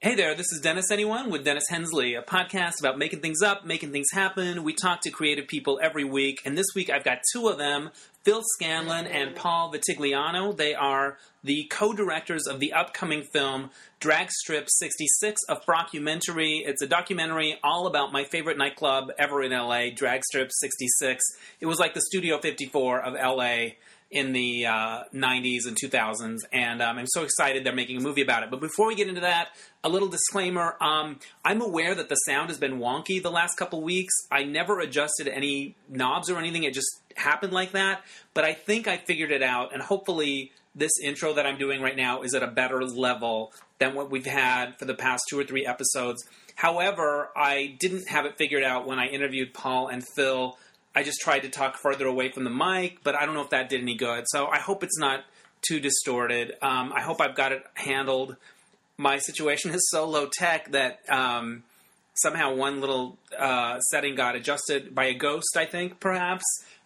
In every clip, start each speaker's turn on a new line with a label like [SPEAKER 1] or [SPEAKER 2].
[SPEAKER 1] Hey there, this is Dennis Anyone with Dennis Hensley, a podcast about making things up, making things happen. We talk to creative people every week, and this week I've got two of them, Phil Scanlon and Paul Vitigliano. They are the co-directors of the upcoming film Drag Strip 66, a frockumentary. It's a documentary all about my favorite nightclub ever in LA, Drag Strip 66. It was like the Studio 54 of LA in the uh, 90s and 2000s, and um, I'm so excited they're making a movie about it. But before we get into that, a little disclaimer. Um, I'm aware that the sound has been wonky the last couple weeks. I never adjusted any knobs or anything, it just happened like that. But I think I figured it out, and hopefully, this intro that I'm doing right now is at a better level than what we've had for the past two or three episodes. However, I didn't have it figured out when I interviewed Paul and Phil. I just tried to talk further away from the mic, but I don't know if that did any good. So I hope it's not too distorted. Um, I hope I've got it handled. My situation is so low tech that um, somehow one little uh, setting got adjusted by a ghost, I think, perhaps.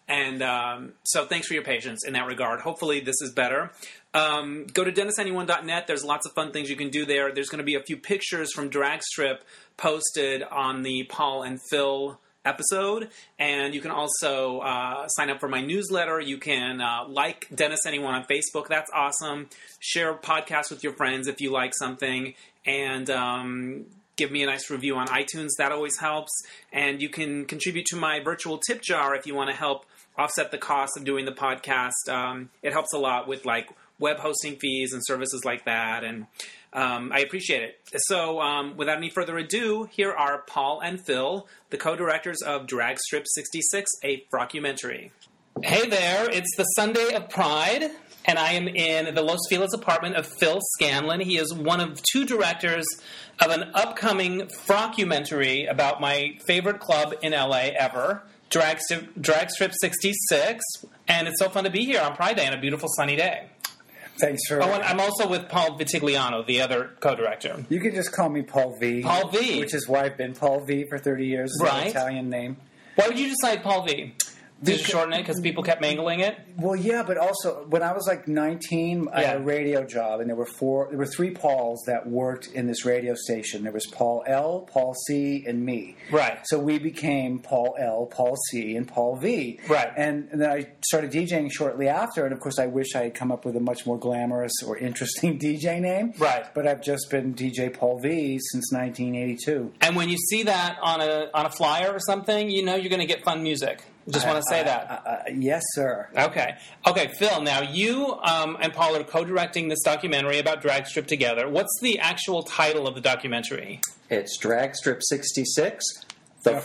[SPEAKER 1] And um, so thanks for your patience in that regard. Hopefully, this is better. Um, go to DennisAnyone.net. There's lots of fun things you can do there. There's going to be a few pictures from Drag Strip posted on the Paul and Phil episode. And you can also uh, sign up for my newsletter. You can uh, like Dennis Anyone on Facebook. That's awesome. Share a podcast with your friends if you like something. And um, give me a nice review on iTunes. That always helps. And you can contribute to my virtual tip jar if you want to help offset the cost of doing the podcast. Um, it helps a lot with like web hosting fees and services like that. And um, I appreciate it. So, um, without any further ado, here are Paul and Phil, the co directors of Drag Strip 66, a frockumentary. Hey there, it's the Sunday of Pride, and I am in the Los Feliz apartment of Phil Scanlon. He is one of two directors of an upcoming frockumentary about my favorite club in LA ever, Drag, Strip- Drag Strip 66. And it's so fun to be here on Pride Day on a beautiful sunny day.
[SPEAKER 2] Thanks for.
[SPEAKER 1] Oh, and I'm also with Paul Vitigliano, the other co director.
[SPEAKER 2] you can just call me Paul V.
[SPEAKER 1] Paul V.
[SPEAKER 2] Which is why I've been Paul V for 30 years. It's
[SPEAKER 1] Right.
[SPEAKER 2] An Italian name.
[SPEAKER 1] Why would you decide Paul V? Did you
[SPEAKER 2] Because-
[SPEAKER 1] shorten it because people kept mangling it?
[SPEAKER 2] Well, yeah, but also when I was like 19, I had a
[SPEAKER 1] Yeah.
[SPEAKER 2] radio job, and there were four, there were three Pauls that worked in this radio station. There was Paul L, Paul C, and me.
[SPEAKER 1] Right.
[SPEAKER 2] So we became Paul L, Paul C, and Paul V.
[SPEAKER 1] Right.
[SPEAKER 2] And, and then I started DJing shortly after, and of course, I wish I had come up with a much more glamorous or interesting DJ name.
[SPEAKER 1] Right.
[SPEAKER 2] But I've just been DJ Paul V since 1982.
[SPEAKER 1] And when you see that on a on a flyer or something, you know you're going to get fun music. Just want to say that.
[SPEAKER 2] Uh, yes, sir.
[SPEAKER 1] okay, okay, Phil. Now you um, and Paul are co-directing this documentary about drag strip together. What's the actual title of the documentary?
[SPEAKER 3] It's Drag Strip 66, The,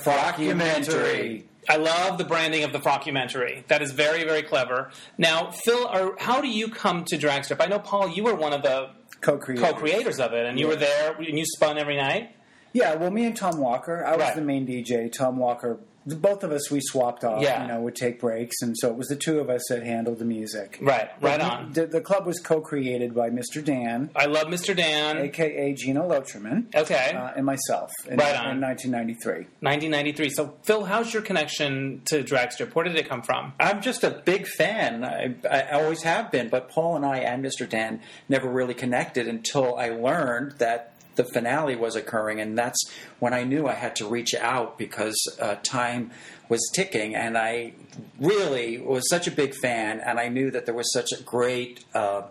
[SPEAKER 3] Frockumentary.
[SPEAKER 1] I love the branding of the frockumentary. That is very very clever. Now, Phil, are, how do you come to drag strip? I know Paul, you were one of the
[SPEAKER 2] Co-creator.
[SPEAKER 1] co-creators of it, and you were there and you spun every night.
[SPEAKER 2] Yeah, well, me and Tom Walker. I was
[SPEAKER 1] Right.
[SPEAKER 2] the main DJ. Tom Walker. Both of us, we swapped off.
[SPEAKER 1] Yeah.
[SPEAKER 2] You know, would take breaks, and so it was the two of us that handled the music.
[SPEAKER 1] Right, right on. Uh-huh.
[SPEAKER 2] The, the club was co-created by Mr. Dan,
[SPEAKER 1] I love Mr. Dan.
[SPEAKER 2] aka Gino Locherman,
[SPEAKER 1] Okay.
[SPEAKER 2] uh, and myself. In,
[SPEAKER 1] Right on.
[SPEAKER 2] In 1993.
[SPEAKER 1] 1993. So, Phil, how's your connection to Dragstrip? Where did it come from?
[SPEAKER 3] I'm just a big fan. I, I always have been, but Paul and I and Mr. Dan never really connected until I learned that the finale was occurring, and that's when I knew I had to reach out because uh, time was ticking, and I really was such a big fan, and I knew that there was such a great uh,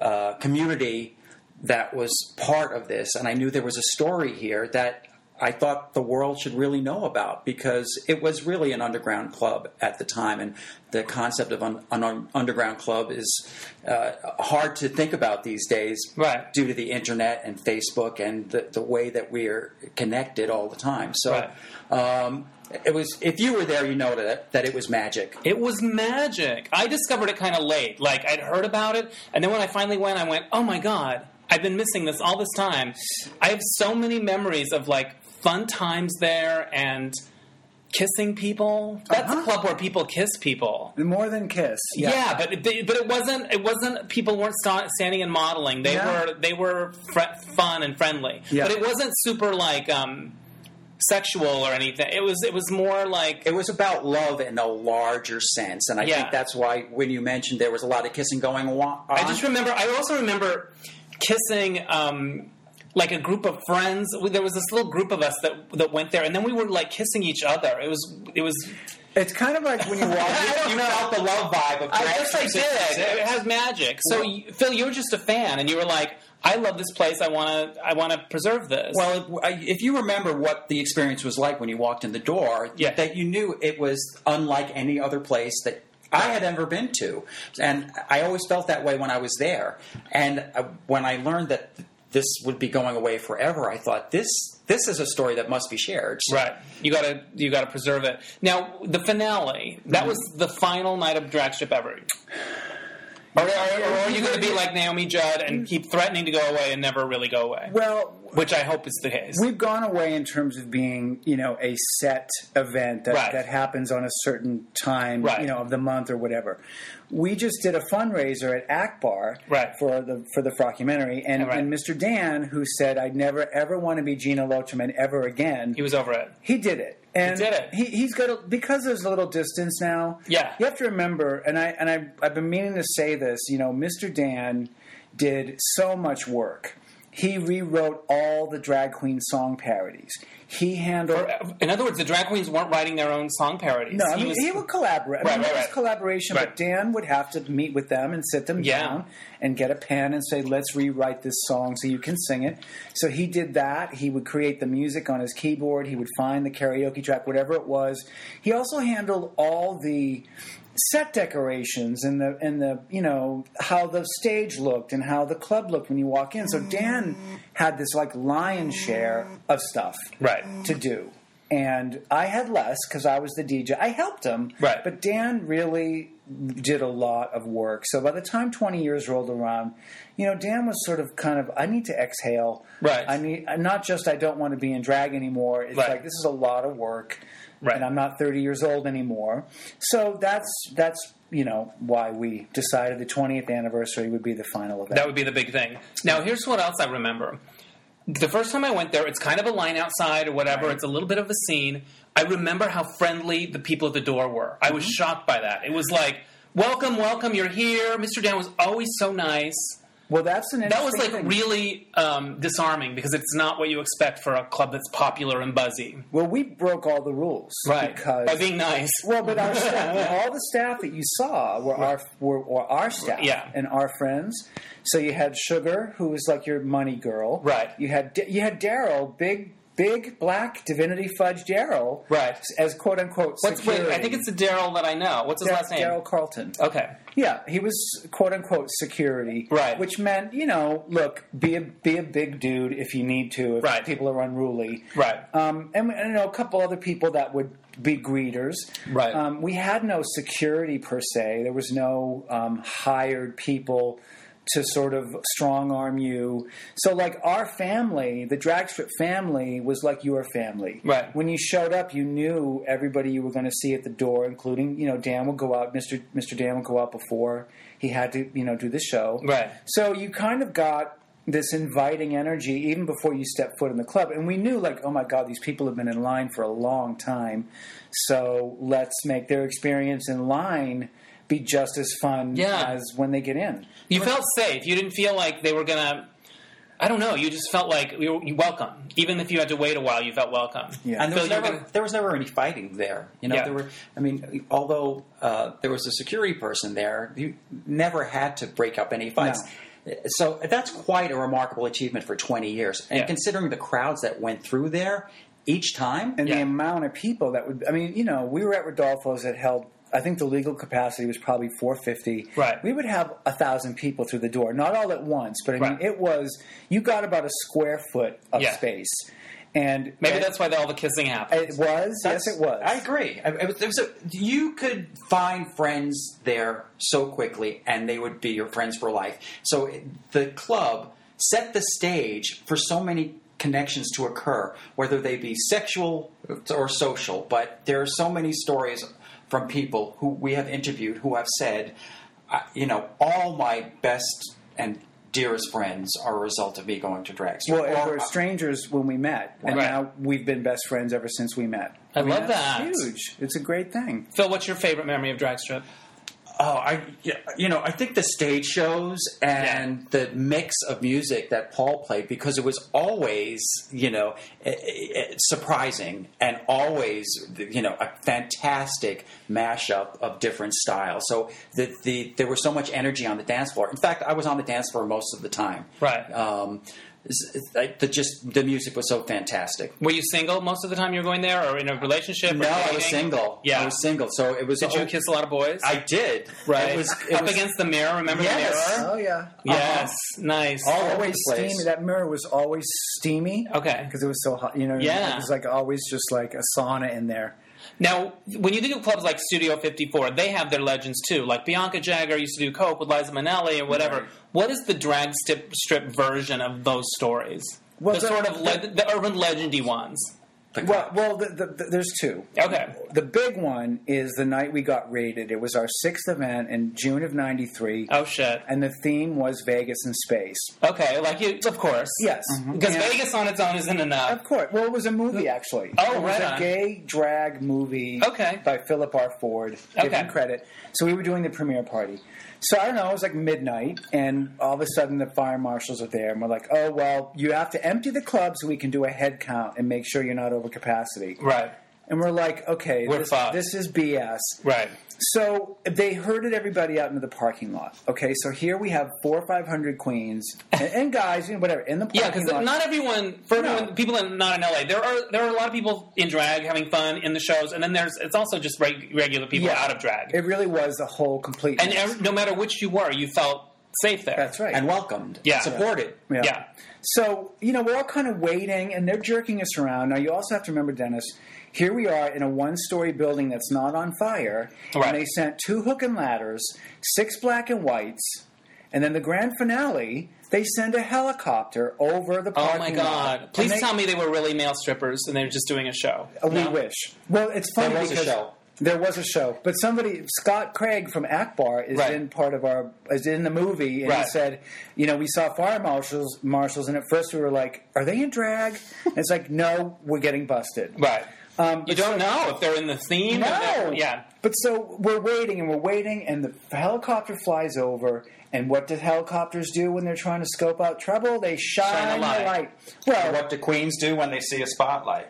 [SPEAKER 3] uh, community that was part of this, and I knew there was a story here that I thought the world should really know about because it was really an underground club at the time, and the concept of an, an un- underground club is uh, hard to think about these days,
[SPEAKER 1] Right.
[SPEAKER 3] Due to the internet and Facebook and the, the way that we're connected all the time. So, um, it was if you were there, you know that that it was magic.
[SPEAKER 1] It was magic. I discovered it kind of late. Like, I'd heard about it, and then when I finally went, I went, oh my God, I've been missing this all this time. I have so many memories of like fun times there and kissing people. That's a
[SPEAKER 2] Uh-huh.
[SPEAKER 1] club where people kiss people.
[SPEAKER 2] More than Kiss.
[SPEAKER 1] Yeah, but but but it wasn't. It wasn't. People weren't sta- standing and modeling. They
[SPEAKER 2] Yeah.
[SPEAKER 1] were. They were fr- fun and friendly.
[SPEAKER 2] Yeah.
[SPEAKER 1] But it wasn't super like um, sexual or anything. It was. It was more like.
[SPEAKER 3] it was about love in a larger sense, and I
[SPEAKER 1] Yeah.
[SPEAKER 3] think that's why when you mentioned there was a lot of kissing going wa- on.
[SPEAKER 1] I just remember. I also remember kissing um, like a group of friends. We- There was this little group of us that that went there, and then we were like kissing each other. It was it was.
[SPEAKER 2] It's kind of like when you walk.
[SPEAKER 1] I don't
[SPEAKER 3] you
[SPEAKER 1] know.
[SPEAKER 3] felt the love vibe of
[SPEAKER 1] I
[SPEAKER 3] Crash
[SPEAKER 1] guess I did.
[SPEAKER 3] 66.
[SPEAKER 1] It has magic. So you, Phil, you were just a fan, and you were like, "I love this place. I want to. I want to preserve this."
[SPEAKER 3] Well, if, I- if you remember what the experience was like when you walked in the door,
[SPEAKER 1] Yeah.
[SPEAKER 3] that you knew it was unlike any other place that I had ever been to, and I always felt that way when I was there. And uh, when I learned that this would be going away forever, I thought this this is a story that must be shared. So
[SPEAKER 1] Right. You gotta you gotta preserve it. Now the finale. That was the final night of Dragship ever. Or, or, or are you gonna be like Naomi Judd and keep threatening to go away and never really go away?
[SPEAKER 2] Well,
[SPEAKER 1] Which I hope is the case.
[SPEAKER 2] we've gone away in terms of being, you know, a set event that,
[SPEAKER 1] Right.
[SPEAKER 2] that happens on a certain time,
[SPEAKER 1] Right.
[SPEAKER 2] you know, of the month or whatever. We just did a fundraiser at Akbar
[SPEAKER 1] Right.
[SPEAKER 2] for the for the documentary, and,
[SPEAKER 1] Right.
[SPEAKER 2] and Mr. Dan, who said, "I'd never ever want to be Gina Locheman ever again,"
[SPEAKER 1] he was over it.
[SPEAKER 2] He did it. And
[SPEAKER 1] did it.
[SPEAKER 2] He, he's got a, because there's a little distance now.
[SPEAKER 1] Yeah.
[SPEAKER 2] you have to remember, and I and I I've been meaning to say this. You know, Mr. Dan did so much work. He rewrote all the drag queen song parodies. He handled.
[SPEAKER 1] In other words, the drag queens weren't writing their own song parodies.
[SPEAKER 2] no, I mean,
[SPEAKER 1] was-
[SPEAKER 2] he would collaborate. I
[SPEAKER 1] Right,
[SPEAKER 2] mean,
[SPEAKER 1] right,
[SPEAKER 2] there was
[SPEAKER 1] right.
[SPEAKER 2] collaboration,
[SPEAKER 1] Right.
[SPEAKER 2] but Dan would have to meet with them and sit them
[SPEAKER 1] Yeah.
[SPEAKER 2] down and get a pen and say, "Let's rewrite this song so you can sing it." So he did that. He would create the music on his keyboard. He would find the karaoke track, whatever it was. He also handled all the set decorations and the and the you know how the stage looked and how the club looked when you walk in. So Dan had this like lion's share of stuff
[SPEAKER 1] Mm. Right.
[SPEAKER 2] to do. And I had less because I was the DJ. I helped him,
[SPEAKER 1] Right.
[SPEAKER 2] But Dan really did a lot of work. So by the time 20 years rolled around, you know, Dan was sort of kind of, I need to exhale.
[SPEAKER 1] Right.
[SPEAKER 2] I need, uh, not just I don't want to be in drag anymore. It's
[SPEAKER 1] Right.
[SPEAKER 2] like, this is a lot of work.
[SPEAKER 1] Right.
[SPEAKER 2] And I'm not 30 years old anymore. So that's, that's, you know, why we decided the 20th anniversary would be the final event.
[SPEAKER 1] That would be the big thing. Now, here's what else I remember. The first time I went there, it's kind of a line outside or whatever. It's a little bit of a scene. I remember how friendly the people at the door were. I was shocked by that. It was like, "Welcome, welcome, you're here." Mr. Dan was always so nice.
[SPEAKER 2] well, that's an
[SPEAKER 1] That was
[SPEAKER 2] interesting
[SPEAKER 1] like
[SPEAKER 2] thing.
[SPEAKER 1] really um, disarming because it's not what you expect for a club that's popular and buzzy,
[SPEAKER 2] well, we broke all the rules. Because
[SPEAKER 1] By being nice,
[SPEAKER 2] Well, but our staff, all the staff that you saw were our were, were our staff
[SPEAKER 1] Yeah.
[SPEAKER 2] and our friends. So you had Sugar, who was like your money girl,
[SPEAKER 1] Right.
[SPEAKER 2] You had D- you had Daryl, big big black divinity fudge Daryl,
[SPEAKER 1] Right.
[SPEAKER 2] As quote unquote.
[SPEAKER 1] What's, wait, I
[SPEAKER 2] security.
[SPEAKER 1] think it's the Daryl that I know. What's his
[SPEAKER 2] Dar-
[SPEAKER 1] last name?
[SPEAKER 2] Daryl Carlton.
[SPEAKER 1] Okay.
[SPEAKER 2] Yeah, he was quote unquote security,
[SPEAKER 1] Right.
[SPEAKER 2] Which meant you know, look, be a be a big dude if you need to, if
[SPEAKER 1] Right.
[SPEAKER 2] people are unruly,
[SPEAKER 1] Right.
[SPEAKER 2] Um, and, and you know, a couple other people that would be greeters,
[SPEAKER 1] Right.
[SPEAKER 2] Um, we had no security per se. There was no um, hired people to sort of strong arm you. So like our family, the drag strip family was like your family.
[SPEAKER 1] Right.
[SPEAKER 2] When you showed up, you knew everybody you were going to see at the door, including you know Dan would go out. Mister Mister Dan would go out before he had to you know do the show.
[SPEAKER 1] Right.
[SPEAKER 2] So you kind of got this inviting energy even before you stepped foot in the club. And we knew, like, oh my God, these people have been in line for a long time. So let's make their experience in line be just as fun
[SPEAKER 1] Yeah.
[SPEAKER 2] as when they get in.
[SPEAKER 1] You felt safe. You didn't feel like they were gonna. I don't know. You just felt like you were you welcome, even if you had to wait a while. You felt welcome.
[SPEAKER 2] Yeah.
[SPEAKER 3] And there
[SPEAKER 1] Phil,
[SPEAKER 3] was,
[SPEAKER 1] you're
[SPEAKER 3] never,
[SPEAKER 1] gonna-
[SPEAKER 3] there was never any fighting there. You know,
[SPEAKER 1] Yeah.
[SPEAKER 3] there were. I mean, although uh, there was a security person there, you never had to break up any fights. So that's quite a remarkable achievement for 20 years. And
[SPEAKER 1] Yeah.
[SPEAKER 3] considering the crowds that went through there each time,
[SPEAKER 2] And
[SPEAKER 1] Yeah.
[SPEAKER 2] the amount of people that would, I mean, you know, we were at Rodolfo's that held. I think the legal capacity was probably 450.
[SPEAKER 1] Right.
[SPEAKER 2] We would have a thousand people through the door, not all at once, but I mean,
[SPEAKER 1] Right.
[SPEAKER 2] it was you got about a square foot of
[SPEAKER 1] Yeah.
[SPEAKER 2] space, and
[SPEAKER 1] Maybe
[SPEAKER 2] and
[SPEAKER 1] that's why all the kissing happened.
[SPEAKER 2] it was.
[SPEAKER 3] That's-
[SPEAKER 2] Yes, it was.
[SPEAKER 3] I agree. I, it was- it was a- you could find friends there so quickly, and they would be your friends for life. So it- the club set the stage for so many connections to occur, whether they be sexual or social. But there are so many stories from people who we have interviewed who have said, I- you know, all my best and dearest friends are a result of me going to drag strip."
[SPEAKER 2] Well, and
[SPEAKER 3] Or-
[SPEAKER 2] we're strangers when we met, and
[SPEAKER 1] Right.
[SPEAKER 2] now we've been best friends ever since we met.
[SPEAKER 1] I love
[SPEAKER 2] that's
[SPEAKER 1] that.
[SPEAKER 2] Huge! It's a great thing.
[SPEAKER 1] Phil, what's your favorite memory of drag strip?
[SPEAKER 3] Oh, I yeah, you know I think the stage shows and the mix of music that Paul played because it was always you know eh, eh, eh, surprising and always you know a fantastic mashup of different styles. So the, the there was so much energy on the dance floor. In fact, I was on the dance floor most of the time.
[SPEAKER 1] Right.
[SPEAKER 3] Um, s- I- the just the music was so fantastic.
[SPEAKER 1] Were you single most of the time you were going there, or in a relationship? or
[SPEAKER 3] No, I
[SPEAKER 1] dating?
[SPEAKER 3] was single.
[SPEAKER 1] Yeah.
[SPEAKER 3] I was single. So it was.
[SPEAKER 1] Did you kiss a lot of boys?
[SPEAKER 3] I did.
[SPEAKER 1] right.
[SPEAKER 3] It was it
[SPEAKER 1] Up
[SPEAKER 3] was-
[SPEAKER 1] against the mirror. Remember
[SPEAKER 3] Yes. Uh-huh.
[SPEAKER 1] the mirror?
[SPEAKER 2] Oh yeah.
[SPEAKER 1] Yes. Nice.
[SPEAKER 3] All over
[SPEAKER 2] Always
[SPEAKER 3] the place.
[SPEAKER 2] steamy. That mirror was always steamy.
[SPEAKER 1] Okay.
[SPEAKER 2] Because it was so hot. You know. what I mean?
[SPEAKER 1] Yeah.
[SPEAKER 2] It was like always just like a sauna in there.
[SPEAKER 1] Now, when you think of clubs like Studio 54, they have their legends too. Like Bianca Jagger used to do coke with Liza Minnelli or whatever.
[SPEAKER 2] Right.
[SPEAKER 1] What is the drag strip, strip version of those stories?
[SPEAKER 2] Well,
[SPEAKER 1] the,
[SPEAKER 2] the-
[SPEAKER 1] sort of le- the, urban legendy ones.
[SPEAKER 2] Well, well, the, the, the, there's two.
[SPEAKER 1] Okay.
[SPEAKER 2] The big one is the night we got raided. It was our sixth event in June of '93,
[SPEAKER 1] Oh shit.
[SPEAKER 2] and the theme was Vegas and space.
[SPEAKER 1] Okay, like you, of course.
[SPEAKER 2] Yes,
[SPEAKER 1] Because
[SPEAKER 2] And-
[SPEAKER 1] Vegas on its own isn't enough.
[SPEAKER 2] Of course. Well, it was a movie actually.
[SPEAKER 1] Oh,
[SPEAKER 2] it
[SPEAKER 1] right
[SPEAKER 2] was a
[SPEAKER 1] on.
[SPEAKER 2] gay drag movie.
[SPEAKER 1] Okay.
[SPEAKER 2] By Philip R. Ford. Give
[SPEAKER 1] Okay.
[SPEAKER 2] him credit. So we were doing the premiere party. So I don't know. It was like midnight, and all of a sudden the fire marshals are there, and we're like, "Oh well, you have to empty the club so we can do a head count and make sure you're not over capacity."
[SPEAKER 1] Right.
[SPEAKER 2] And we're like, "Okay,
[SPEAKER 1] We're
[SPEAKER 2] this,
[SPEAKER 1] fucked.
[SPEAKER 2] this is BS."
[SPEAKER 1] Right.
[SPEAKER 2] So they herded everybody out into the parking lot. Okay, so here we have four or five hundred queens and, and guys, you know, whatever, in the parking
[SPEAKER 1] Yeah, because
[SPEAKER 2] lot.
[SPEAKER 1] not everyone, for
[SPEAKER 2] No.
[SPEAKER 1] everyone, people in, not in LA, there are there are a lot of people in drag having fun in the shows, and then there's it's also just reg- regular people
[SPEAKER 2] Yeah.
[SPEAKER 1] out of drag.
[SPEAKER 2] It really was a whole complete.
[SPEAKER 1] and ev- no matter which you were, you felt safe there.
[SPEAKER 2] That's right.
[SPEAKER 3] and welcomed,
[SPEAKER 1] Yeah.
[SPEAKER 3] and supported.
[SPEAKER 1] Yeah.
[SPEAKER 2] So you know we're all kind of waiting, and they're jerking us around. Now you also have to remember, Dennis. Here we are in a one-story building that's not on fire,
[SPEAKER 1] Right.
[SPEAKER 2] and they sent two hook and ladders, six black and whites, and then the grand finale. They send a helicopter over the
[SPEAKER 1] Oh
[SPEAKER 2] parking
[SPEAKER 1] my
[SPEAKER 2] lot.
[SPEAKER 1] god!
[SPEAKER 2] And
[SPEAKER 1] Please
[SPEAKER 2] they-
[SPEAKER 1] tell me they were really male strippers and they were just doing a show.
[SPEAKER 2] Uh, We
[SPEAKER 1] No?
[SPEAKER 2] wish. Well, it's funny
[SPEAKER 3] There was a
[SPEAKER 2] because
[SPEAKER 3] show.
[SPEAKER 2] there was a show, but somebody Scott Craig from Akbar is
[SPEAKER 1] Right.
[SPEAKER 2] in part of our is in the movie, and he
[SPEAKER 1] Right.
[SPEAKER 2] said, you know, we saw fire marshals marshals, and at first we were like, are they in drag? and it's like, no, we're getting busted.
[SPEAKER 1] Right.
[SPEAKER 2] Um,
[SPEAKER 1] You don't know if they're in the theme. or
[SPEAKER 2] no,
[SPEAKER 1] they're- Yeah.
[SPEAKER 2] But so we're waiting and we're waiting, and the helicopter flies over. And what do helicopters do when they're trying to scope out trouble? They shine,
[SPEAKER 1] Shine a light.
[SPEAKER 2] the light. Well,
[SPEAKER 4] What do queens do when they see a spotlight?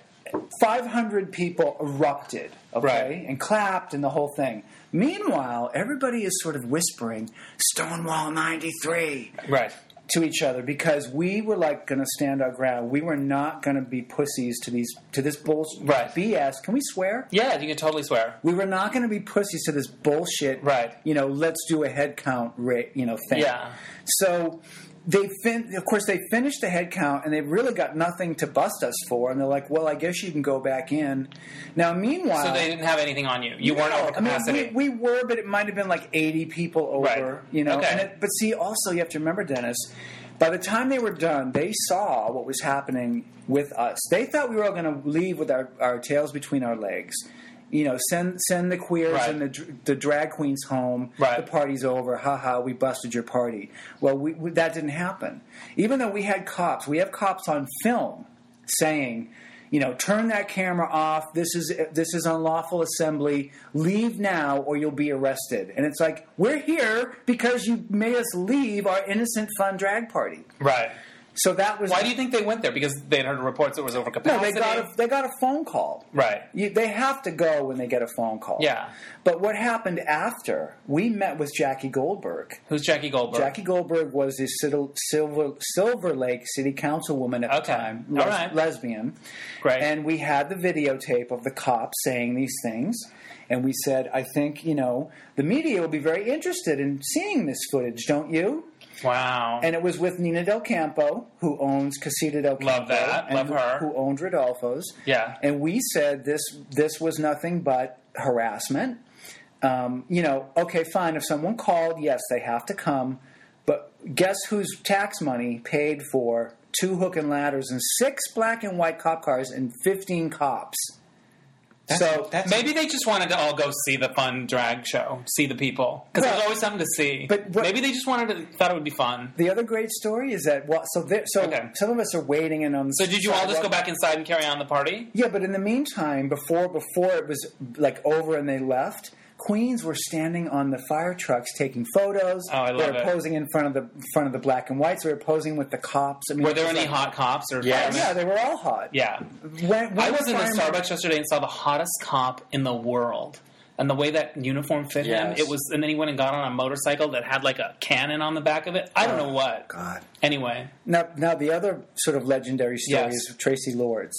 [SPEAKER 2] 500 people erupted, okay,
[SPEAKER 1] Right.
[SPEAKER 2] and clapped and the whole thing. Meanwhile, everybody is sort of whispering Stonewall 93
[SPEAKER 1] Right.
[SPEAKER 2] to each other because we were like going to stand our ground. We were not going to be pussies to these to this bullshit
[SPEAKER 1] Right.
[SPEAKER 2] BS. Can we swear?
[SPEAKER 1] Yeah, you can totally swear.
[SPEAKER 2] We were not going to be pussies to this bullshit.
[SPEAKER 1] Right.
[SPEAKER 2] You know, let's do a head count, ra- you know, thing.
[SPEAKER 1] Yeah.
[SPEAKER 2] So they fin- of course they finished the head count and they really got nothing to bust us for and they're like, "Well, I guess you can go back in." Now, meanwhile,
[SPEAKER 1] So they didn't have anything on you. You weren't
[SPEAKER 2] Uh, No,
[SPEAKER 1] over capacity.
[SPEAKER 2] I mean, we, we were, but it might have been like 80 people over,
[SPEAKER 1] Right.
[SPEAKER 2] you know.
[SPEAKER 1] Okay.
[SPEAKER 2] And it, but see, also, you have to remember, Dennis, by the time they were done, they saw what was happening with us. They thought we were all going to leave with our, our tails between our legs. You know, send send the queers
[SPEAKER 1] Right.
[SPEAKER 2] and the dr- the drag queens home.
[SPEAKER 1] Right.
[SPEAKER 2] The party's over. Ha ha! We busted your party. Well, we, we, that didn't happen. Even though we had cops, we have cops on film saying, you know, turn that camera off. This is this is unlawful assembly. Leave now, or you'll be arrested. And it's like we're here because you made us leave our innocent fun drag party.
[SPEAKER 1] right.
[SPEAKER 2] So that was
[SPEAKER 1] Why do you think they went there? Because they'd heard reports it was over
[SPEAKER 2] No,
[SPEAKER 1] capacity.
[SPEAKER 2] they got a, they got a phone call.
[SPEAKER 1] Right.
[SPEAKER 2] You, they have to go when they get a phone call.
[SPEAKER 1] Yeah.
[SPEAKER 2] But what happened after? We met with Jackie Goldberg.
[SPEAKER 1] Who's Jackie Goldberg?
[SPEAKER 2] Jackie Goldberg was the Sil- Silver Silver Lake City Councilwoman at
[SPEAKER 1] Okay.
[SPEAKER 2] the time,
[SPEAKER 1] All right.
[SPEAKER 2] lesbian.
[SPEAKER 1] Great.
[SPEAKER 2] And we had the videotape of the cop saying these things, and we said, "I think you know the media will be very interested in seeing this footage, don't you?"
[SPEAKER 1] Wow.
[SPEAKER 2] And it was with Nina Del Campo, who owns Casita Del Campo,
[SPEAKER 1] Love that.
[SPEAKER 2] and
[SPEAKER 1] Love
[SPEAKER 2] who-
[SPEAKER 1] her.
[SPEAKER 2] who owned Rodolfo's.
[SPEAKER 1] Yeah.
[SPEAKER 2] and we said this this was nothing but harassment. Um, you know, okay, fine. If someone called, yes, they have to come. But guess whose tax money paid for two hook and ladders and six black and white cop cars and fifteen cops?
[SPEAKER 3] That's,
[SPEAKER 2] so
[SPEAKER 3] that's
[SPEAKER 1] Maybe they just wanted to all go see the fun drag show, see the people, because
[SPEAKER 2] Well,
[SPEAKER 1] there's always something to see.
[SPEAKER 2] but what-
[SPEAKER 1] maybe they just wanted to thought it would be fun.
[SPEAKER 2] the other great story is that well, so there, so
[SPEAKER 1] Okay.
[SPEAKER 2] some of us are waiting and on. the
[SPEAKER 1] So did you all just go
[SPEAKER 2] sidewalk.
[SPEAKER 1] back inside and carry on the party?
[SPEAKER 2] Yeah, but in the meantime, before before it was like over and they left, Queens were standing on the fire trucks taking photos.
[SPEAKER 1] Oh, I love
[SPEAKER 2] they were
[SPEAKER 1] it.
[SPEAKER 2] posing in front of the front of the black and whites. They were posing with the cops. I mean,
[SPEAKER 1] Were there
[SPEAKER 2] it was
[SPEAKER 1] any
[SPEAKER 2] like-
[SPEAKER 1] hot cops or
[SPEAKER 3] Yes.
[SPEAKER 2] Yeah,
[SPEAKER 1] firemen?
[SPEAKER 2] they were all hot.
[SPEAKER 1] Yeah.
[SPEAKER 2] When, when
[SPEAKER 1] I was in a
[SPEAKER 2] firemen-
[SPEAKER 1] Starbucks yesterday and saw the hottest cop in the world. And the way that uniform fit
[SPEAKER 3] Yes.
[SPEAKER 1] him, it was. And then he went and got on a motorcycle that had like a cannon on the back of it. I don't know what.
[SPEAKER 2] God.
[SPEAKER 1] Anyway,
[SPEAKER 2] Now, now the other sort of legendary story
[SPEAKER 1] Yes.
[SPEAKER 2] is Tracy Lords.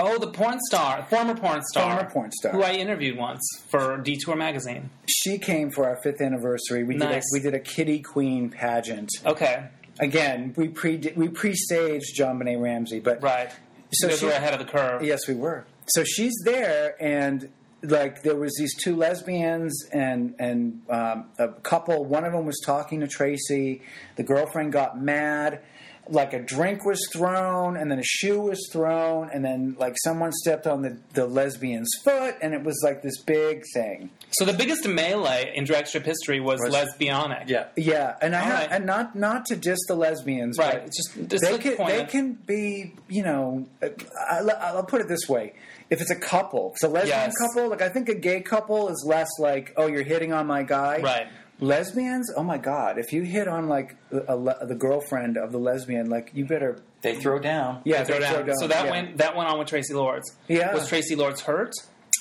[SPEAKER 1] oh, the porn star, former porn star,
[SPEAKER 2] Former porn star.
[SPEAKER 1] who I interviewed once for Detour magazine.
[SPEAKER 2] She came for our fifth anniversary. We did a,
[SPEAKER 1] Nice.
[SPEAKER 2] we did a Kitty Queen pageant.
[SPEAKER 1] Okay,
[SPEAKER 2] Again, we pre we presaged John Benet Ramsey, but
[SPEAKER 1] right. So
[SPEAKER 2] So
[SPEAKER 1] Those
[SPEAKER 2] she-
[SPEAKER 1] were ahead of the curve.
[SPEAKER 2] Yes, we were. So she's there, and like there was these two lesbians and and um, a couple. One of them was talking to Tracy. The girlfriend got mad. Like a drink was thrown, and then a shoe was thrown, and then like someone stepped on the, the lesbian's foot, and it was like this big thing.
[SPEAKER 1] So the biggest melee in drag strip history was, lesbianic.
[SPEAKER 3] Yeah.
[SPEAKER 2] Yeah, and I have,
[SPEAKER 1] right.
[SPEAKER 2] and not not to just the lesbians,
[SPEAKER 1] Right,
[SPEAKER 2] But
[SPEAKER 1] it's just- just
[SPEAKER 2] they
[SPEAKER 1] to
[SPEAKER 2] can
[SPEAKER 1] point
[SPEAKER 2] they
[SPEAKER 1] out-
[SPEAKER 2] can be you know I, will put it this way: if it's a couple, if it's a lesbian
[SPEAKER 1] Yes.
[SPEAKER 2] couple, like I think a gay couple is less like oh you're hitting on my guy,
[SPEAKER 1] Right.
[SPEAKER 2] Lesbians, oh my god, if you hit on like a, le- the girlfriend of the lesbian, like you better
[SPEAKER 3] They throw down.
[SPEAKER 2] yeah
[SPEAKER 1] Throw
[SPEAKER 2] they
[SPEAKER 1] down.
[SPEAKER 2] throw down,
[SPEAKER 1] So that
[SPEAKER 2] yeah.
[SPEAKER 1] went that went on with Tracy Lords.
[SPEAKER 2] Yeah.
[SPEAKER 1] Was Tracy Lords hurt?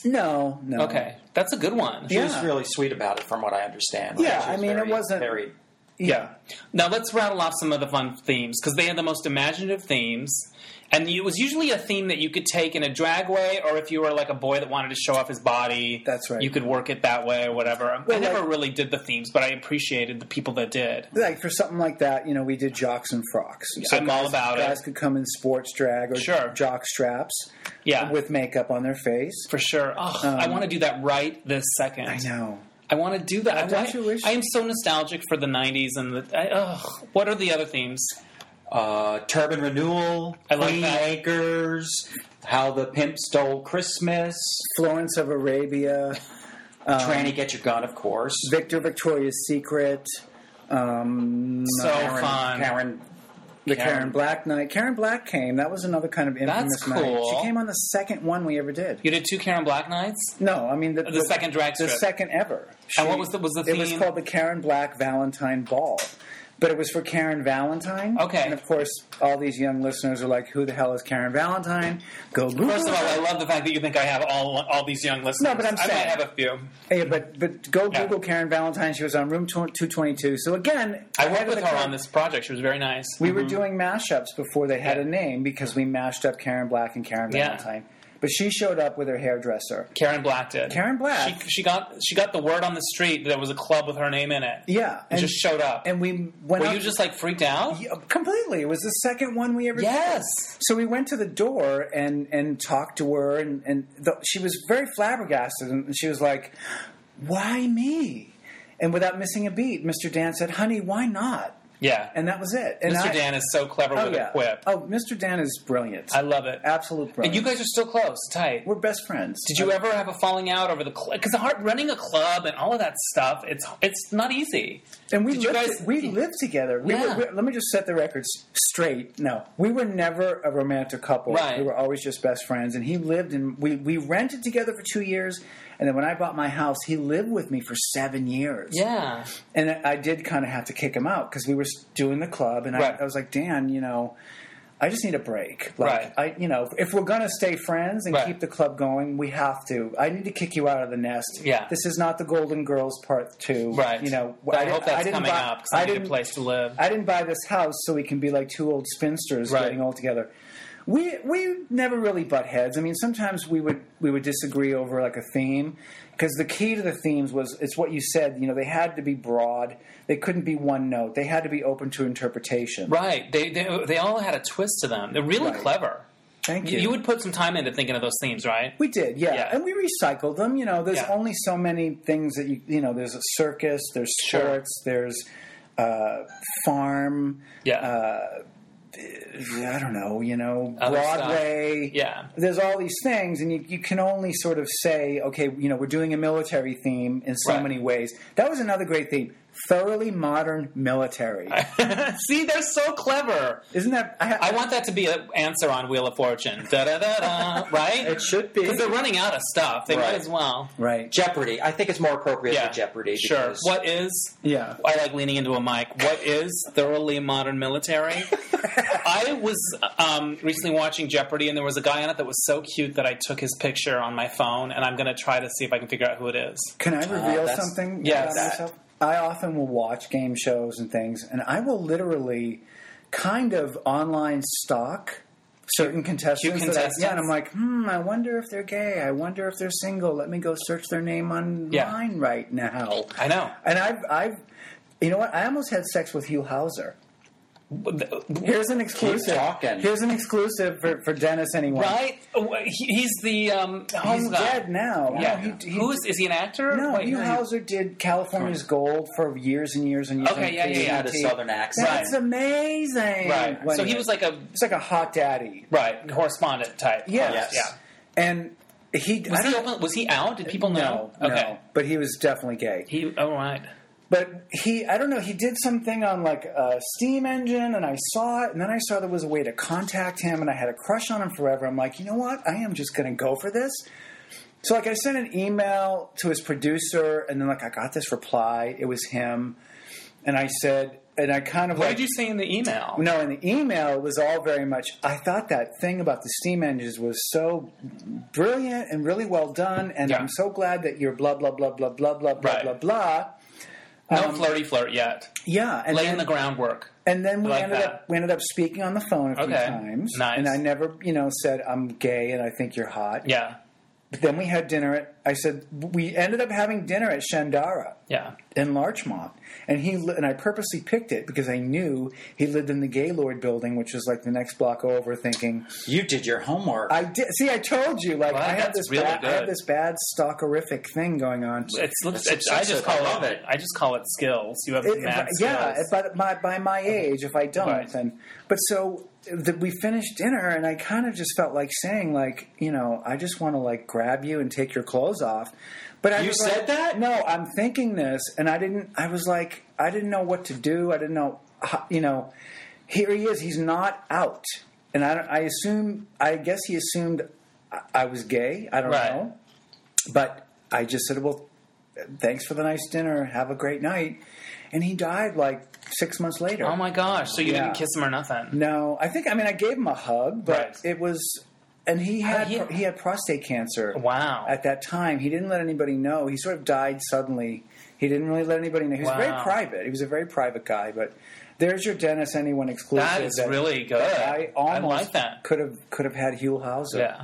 [SPEAKER 2] no no
[SPEAKER 1] Okay, that's a good one.
[SPEAKER 3] She was
[SPEAKER 2] Yeah.
[SPEAKER 3] really sweet about it, from what I understand.
[SPEAKER 2] Yeah,
[SPEAKER 3] She was
[SPEAKER 2] I mean, it
[SPEAKER 3] very-
[SPEAKER 2] wasn't-
[SPEAKER 3] very.
[SPEAKER 2] yeah.
[SPEAKER 1] Now let's rattle off some of the fun themes because they had the most imaginative themes, and it was usually a theme that you could take in a drag way, or if you were like a boy that wanted to show off his body,
[SPEAKER 2] That's right.
[SPEAKER 1] You could work it that way or whatever. I
[SPEAKER 2] Well,
[SPEAKER 1] never
[SPEAKER 2] like-
[SPEAKER 1] really did the themes, but I appreciated the people that did.
[SPEAKER 2] Like for something like that, you know, we did jocks and frocks. So
[SPEAKER 1] I'm
[SPEAKER 2] guys,
[SPEAKER 1] all about it.
[SPEAKER 2] Guys could come in sports drag or
[SPEAKER 1] Sure.
[SPEAKER 2] jock straps.
[SPEAKER 1] Yeah,
[SPEAKER 2] with makeup on their face.
[SPEAKER 1] for sure. Oh, I want to do that right this second.
[SPEAKER 2] I know.
[SPEAKER 1] I want to do that. I,
[SPEAKER 2] don't
[SPEAKER 1] want-
[SPEAKER 2] you wish?
[SPEAKER 1] I am so nostalgic for the '90s and the. I, ugh. what are the other themes?
[SPEAKER 3] Uh, turban renewal,
[SPEAKER 1] I like
[SPEAKER 3] Queen
[SPEAKER 1] that.
[SPEAKER 3] Acres, how the pimp stole Christmas,
[SPEAKER 2] Florence of Arabia, Um,
[SPEAKER 3] tranny get your gun, of course.
[SPEAKER 2] Victor Victoria's Secret, um,
[SPEAKER 1] So
[SPEAKER 3] Karen,
[SPEAKER 1] fun.
[SPEAKER 3] Karen,
[SPEAKER 2] the Karen,
[SPEAKER 3] Karen.
[SPEAKER 2] Black night. Karen Black came. That was another kind of infamous
[SPEAKER 1] That's
[SPEAKER 2] night.
[SPEAKER 1] cool.
[SPEAKER 2] She came on the second one we ever did.
[SPEAKER 1] You did two Karen Black nights.
[SPEAKER 2] no, I mean the,
[SPEAKER 1] The second drag
[SPEAKER 2] the
[SPEAKER 1] strip.
[SPEAKER 2] second ever.
[SPEAKER 1] And what was the- was the
[SPEAKER 2] It was
[SPEAKER 1] theme?
[SPEAKER 2] called the Karen Black Valentine Ball. But it was for Karen Valentine.
[SPEAKER 1] Okay.
[SPEAKER 2] And of course, all these young listeners are like, who the hell is Karen Valentine? Go Google
[SPEAKER 1] First of all,
[SPEAKER 2] her.
[SPEAKER 1] I love the fact that you think I have all all these young listeners.
[SPEAKER 2] No, but I'm
[SPEAKER 1] I
[SPEAKER 2] saying-
[SPEAKER 1] might have a few.
[SPEAKER 2] Yeah, but but go
[SPEAKER 1] Yeah.
[SPEAKER 2] Google Karen Valentine. She was on Room Two Twenty Two. So again,
[SPEAKER 1] I
[SPEAKER 2] ahead
[SPEAKER 1] worked
[SPEAKER 2] of
[SPEAKER 1] with
[SPEAKER 2] the
[SPEAKER 1] her
[SPEAKER 2] curve.
[SPEAKER 1] on this project. She was very nice.
[SPEAKER 2] We were doing mashups before they had
[SPEAKER 1] Mm-hmm. Yeah.
[SPEAKER 2] a name because we mashed up Karen Black and Karen
[SPEAKER 1] Yeah.
[SPEAKER 2] Valentine. But she showed up with her hairdresser.
[SPEAKER 1] Karen Black did.
[SPEAKER 2] Karen Black.
[SPEAKER 1] She, she got she got the word on the street that there was a club with her name in it.
[SPEAKER 2] Yeah,
[SPEAKER 1] and, just showed up.
[SPEAKER 2] And we went.
[SPEAKER 1] were
[SPEAKER 2] up-
[SPEAKER 1] you just like freaked out?
[SPEAKER 2] Yeah, completely? It was the second one we ever. did.
[SPEAKER 1] Yes.
[SPEAKER 2] So we went to the door and and talked to her, and and the, she was very flabbergasted, and she was like, "Why me?" And without missing a beat, Mr. Dan said, "Honey, why not?"
[SPEAKER 1] Yeah.
[SPEAKER 2] And that was it. And
[SPEAKER 1] Mr.
[SPEAKER 2] I-
[SPEAKER 1] Dan is so clever
[SPEAKER 2] Oh
[SPEAKER 1] with
[SPEAKER 2] yeah.
[SPEAKER 1] a quip.
[SPEAKER 2] Oh, Mr. Dan is brilliant.
[SPEAKER 1] I love it.
[SPEAKER 2] Absolute
[SPEAKER 1] And
[SPEAKER 2] brilliant.
[SPEAKER 1] you guys are still close, tight.
[SPEAKER 2] we're best friends. Uh,
[SPEAKER 1] Did you ever have a falling out over the club? Because running a club and all of that stuff, it's it's not easy.
[SPEAKER 2] And we
[SPEAKER 1] did
[SPEAKER 2] lived,
[SPEAKER 1] you guys-
[SPEAKER 2] we lived together. We
[SPEAKER 1] Yeah.
[SPEAKER 2] were, we- let me just set the records straight. No, we were never a romantic couple.
[SPEAKER 1] Right.
[SPEAKER 2] We were always just best friends. And he lived and we we rented together for two years. And then when I bought my house, he lived with me for seven years.
[SPEAKER 1] Yeah.
[SPEAKER 2] And I I did kind of have to kick him out because we were doing the club, and
[SPEAKER 1] Right.
[SPEAKER 2] I, I was like, Dan, you know. I just need a break. Like
[SPEAKER 1] Right.
[SPEAKER 2] I, you know, if we're gonna stay friends and
[SPEAKER 1] Right.
[SPEAKER 2] keep the club going, we have to. I need to kick you out of the nest.
[SPEAKER 1] Yeah.
[SPEAKER 2] this is not the Golden Girls part two.
[SPEAKER 1] Right.
[SPEAKER 2] You know,
[SPEAKER 1] But I,
[SPEAKER 2] didn't-
[SPEAKER 1] hope that's
[SPEAKER 2] didn't
[SPEAKER 1] coming
[SPEAKER 2] buy-
[SPEAKER 1] up 'cause
[SPEAKER 2] I
[SPEAKER 1] I need a
[SPEAKER 2] didn't-
[SPEAKER 1] place to live.
[SPEAKER 2] I didn't buy this house so we can be like two old spinsters
[SPEAKER 1] Right.
[SPEAKER 2] getting old together. We we never really butt heads. I mean, sometimes we would we would disagree over like a theme because the key to the themes was it's what you said. You know, they had to be broad. They couldn't be one note. They had to be open to interpretation.
[SPEAKER 1] Right. They, they they all had a twist to them. They're really
[SPEAKER 2] Right.
[SPEAKER 1] clever.
[SPEAKER 2] Thank
[SPEAKER 1] You,
[SPEAKER 2] you.
[SPEAKER 1] you would put some time into thinking of those themes, right?
[SPEAKER 3] Uh,
[SPEAKER 2] we did, yeah.
[SPEAKER 1] Yeah.
[SPEAKER 2] and we recycled them. You know, there's
[SPEAKER 1] Yeah.
[SPEAKER 2] only so many things that you you know. There's a circus. There's
[SPEAKER 1] Sure.
[SPEAKER 2] sports. There's uh, farm.
[SPEAKER 1] Yeah.
[SPEAKER 2] I don't know. You know,
[SPEAKER 1] Other stuff.
[SPEAKER 2] Broadway.
[SPEAKER 1] yeah.
[SPEAKER 2] there's all these things, and you, you can only sort of say, okay, you know, we're doing a military theme in so
[SPEAKER 1] Right.
[SPEAKER 2] many ways. That was another great theme. thoroughly modern military.
[SPEAKER 1] See, they're so clever.
[SPEAKER 2] Isn't that?
[SPEAKER 1] I want that to be an answer on Wheel of Fortune. Da da da da. Right?
[SPEAKER 3] It should be.
[SPEAKER 1] Because they're running out of stuff. They
[SPEAKER 3] Right.
[SPEAKER 1] might as well.
[SPEAKER 2] right.
[SPEAKER 3] Jeopardy. I think it's more appropriate
[SPEAKER 1] Yeah.
[SPEAKER 3] for Jeopardy.
[SPEAKER 1] Sure.
[SPEAKER 3] because-
[SPEAKER 1] What is?
[SPEAKER 2] Yeah.
[SPEAKER 1] I like leaning into a mic. What is thoroughly modern military? I was um, recently watching Jeopardy, and there was a guy on it that was so cute that I took his picture on my phone, and I'm going to try to see if I can figure out who it is.
[SPEAKER 2] Can I reveal
[SPEAKER 3] Uh, that's-
[SPEAKER 2] something
[SPEAKER 1] yeah,
[SPEAKER 2] about
[SPEAKER 1] that.
[SPEAKER 2] myself? I often will watch game shows and things, and I will literally kind of online stalk certain contestants.
[SPEAKER 1] contestants?
[SPEAKER 2] That I, yeah, and I'm like, hmm, I wonder if they're gay. I wonder if they're single. Let me go search their name online
[SPEAKER 1] Yeah.
[SPEAKER 2] right now.
[SPEAKER 1] I know.
[SPEAKER 2] And I've, I've, you know what? I almost had sex with Hugh Hauser. Here's an exclusive.
[SPEAKER 3] talking.
[SPEAKER 2] Here's an exclusive for, for Dennis. Anyone?
[SPEAKER 1] Right? He- He's the um, home
[SPEAKER 2] He's
[SPEAKER 1] guy.
[SPEAKER 2] dead now.
[SPEAKER 1] Yeah.
[SPEAKER 2] No, he, he,
[SPEAKER 1] Who is? Is he an actor?
[SPEAKER 2] no,
[SPEAKER 1] Wait,
[SPEAKER 2] Hugh
[SPEAKER 1] no, he-
[SPEAKER 2] Hauser did California's Gold for years and years and years.
[SPEAKER 1] Okay,
[SPEAKER 2] on
[SPEAKER 1] yeah, yeah,
[SPEAKER 3] He had a
[SPEAKER 2] TNT.
[SPEAKER 3] southern accent.
[SPEAKER 2] That's amazing.
[SPEAKER 1] Right.
[SPEAKER 2] When-
[SPEAKER 1] so he was like a
[SPEAKER 2] it's like a hot daddy.
[SPEAKER 1] right correspondent type.
[SPEAKER 2] Yes.
[SPEAKER 1] Yeah.
[SPEAKER 2] And he,
[SPEAKER 1] Was
[SPEAKER 2] I
[SPEAKER 1] he
[SPEAKER 2] don't
[SPEAKER 1] open? Was he out? Did people
[SPEAKER 2] know,
[SPEAKER 1] know?
[SPEAKER 2] no,
[SPEAKER 1] okay.
[SPEAKER 2] but he was definitely gay.
[SPEAKER 1] He. All right.
[SPEAKER 2] But he, I don't know, he did something on like a steam engine, and I saw it, and then I saw there was a way to contact him, and I had a crush on him forever. I'm like, you know what? I am just going to go for this. So like, I sent an email to his producer, and then like, I got this reply. It was him, and I said, and I kind of
[SPEAKER 1] What
[SPEAKER 2] like,
[SPEAKER 1] did you say in the email?
[SPEAKER 2] no, in the email it was all very much. I thought that thing about the steam engines was so brilliant and really well done, and
[SPEAKER 1] Yeah.
[SPEAKER 2] I'm so glad that you're blah blah blah blah blah blah blah
[SPEAKER 1] Right.
[SPEAKER 2] blah blah.
[SPEAKER 1] No flirty flirt yet.
[SPEAKER 2] Yeah, um, and
[SPEAKER 1] Laying
[SPEAKER 2] then,
[SPEAKER 1] the groundwork.
[SPEAKER 2] And then we
[SPEAKER 1] I like
[SPEAKER 2] ended
[SPEAKER 1] that.
[SPEAKER 2] up we ended up speaking on the phone a few
[SPEAKER 1] Okay.
[SPEAKER 2] times.
[SPEAKER 1] Nice.
[SPEAKER 2] And I never, you know, said I'm gay and I think you're hot.
[SPEAKER 1] Yeah.
[SPEAKER 2] But then we had dinner at I said we ended up having dinner at Shandara
[SPEAKER 1] Yeah.
[SPEAKER 2] in Larchmont. And he li- and I purposely picked it because I knew he lived in the Gaylord building, which was like the next block over, thinking
[SPEAKER 3] You did your homework.
[SPEAKER 2] I did see I told you like
[SPEAKER 1] Well,
[SPEAKER 2] I had
[SPEAKER 1] that's
[SPEAKER 2] this
[SPEAKER 1] really
[SPEAKER 2] bad I had
[SPEAKER 1] good.
[SPEAKER 2] this bad stalkerific thing going on.
[SPEAKER 1] It's,
[SPEAKER 3] That's
[SPEAKER 1] it's- I just
[SPEAKER 3] obsessive.
[SPEAKER 1] call
[SPEAKER 3] I love
[SPEAKER 1] it,
[SPEAKER 3] it.
[SPEAKER 1] I just call it skills. You have
[SPEAKER 2] It-
[SPEAKER 1] mad
[SPEAKER 2] if I- yeah,
[SPEAKER 1] skills.
[SPEAKER 2] but my, by my age, if I don't,
[SPEAKER 1] Right.
[SPEAKER 2] then. But so the, we finished dinner, and I kind of just felt like saying, like, you know, I just want to like grab you and take your clothes off. But I
[SPEAKER 3] You
[SPEAKER 2] was
[SPEAKER 3] said
[SPEAKER 2] like,
[SPEAKER 3] that?
[SPEAKER 2] No, I'm thinking this, and I didn't. I was like, I didn't know what to do. I didn't know, how, you know. Here he is. He's not out, and I, don't- I assume. I guess he assumed I, I was gay. I don't
[SPEAKER 1] Right.
[SPEAKER 2] know. But I just said, well, thanks for the nice dinner. Have a great night. And he died like six months later.
[SPEAKER 1] oh my gosh! So you
[SPEAKER 2] Yeah.
[SPEAKER 1] didn't kiss him or nothing?
[SPEAKER 2] no, I think I mean I gave him a hug, but
[SPEAKER 1] Right. Uh,
[SPEAKER 2] it was, and he had
[SPEAKER 1] he-
[SPEAKER 2] he had prostate cancer.
[SPEAKER 1] Wow.
[SPEAKER 2] At that time, he didn't let anybody know. He sort of died suddenly. He didn't really let anybody know. He was very
[SPEAKER 1] Wow.
[SPEAKER 2] private. He was a very private guy. But there's your Dennis anyone exclusive.
[SPEAKER 1] That is really good.
[SPEAKER 2] I almost
[SPEAKER 1] I like that.
[SPEAKER 2] could have could have had Hugh Hauser.
[SPEAKER 1] Yeah.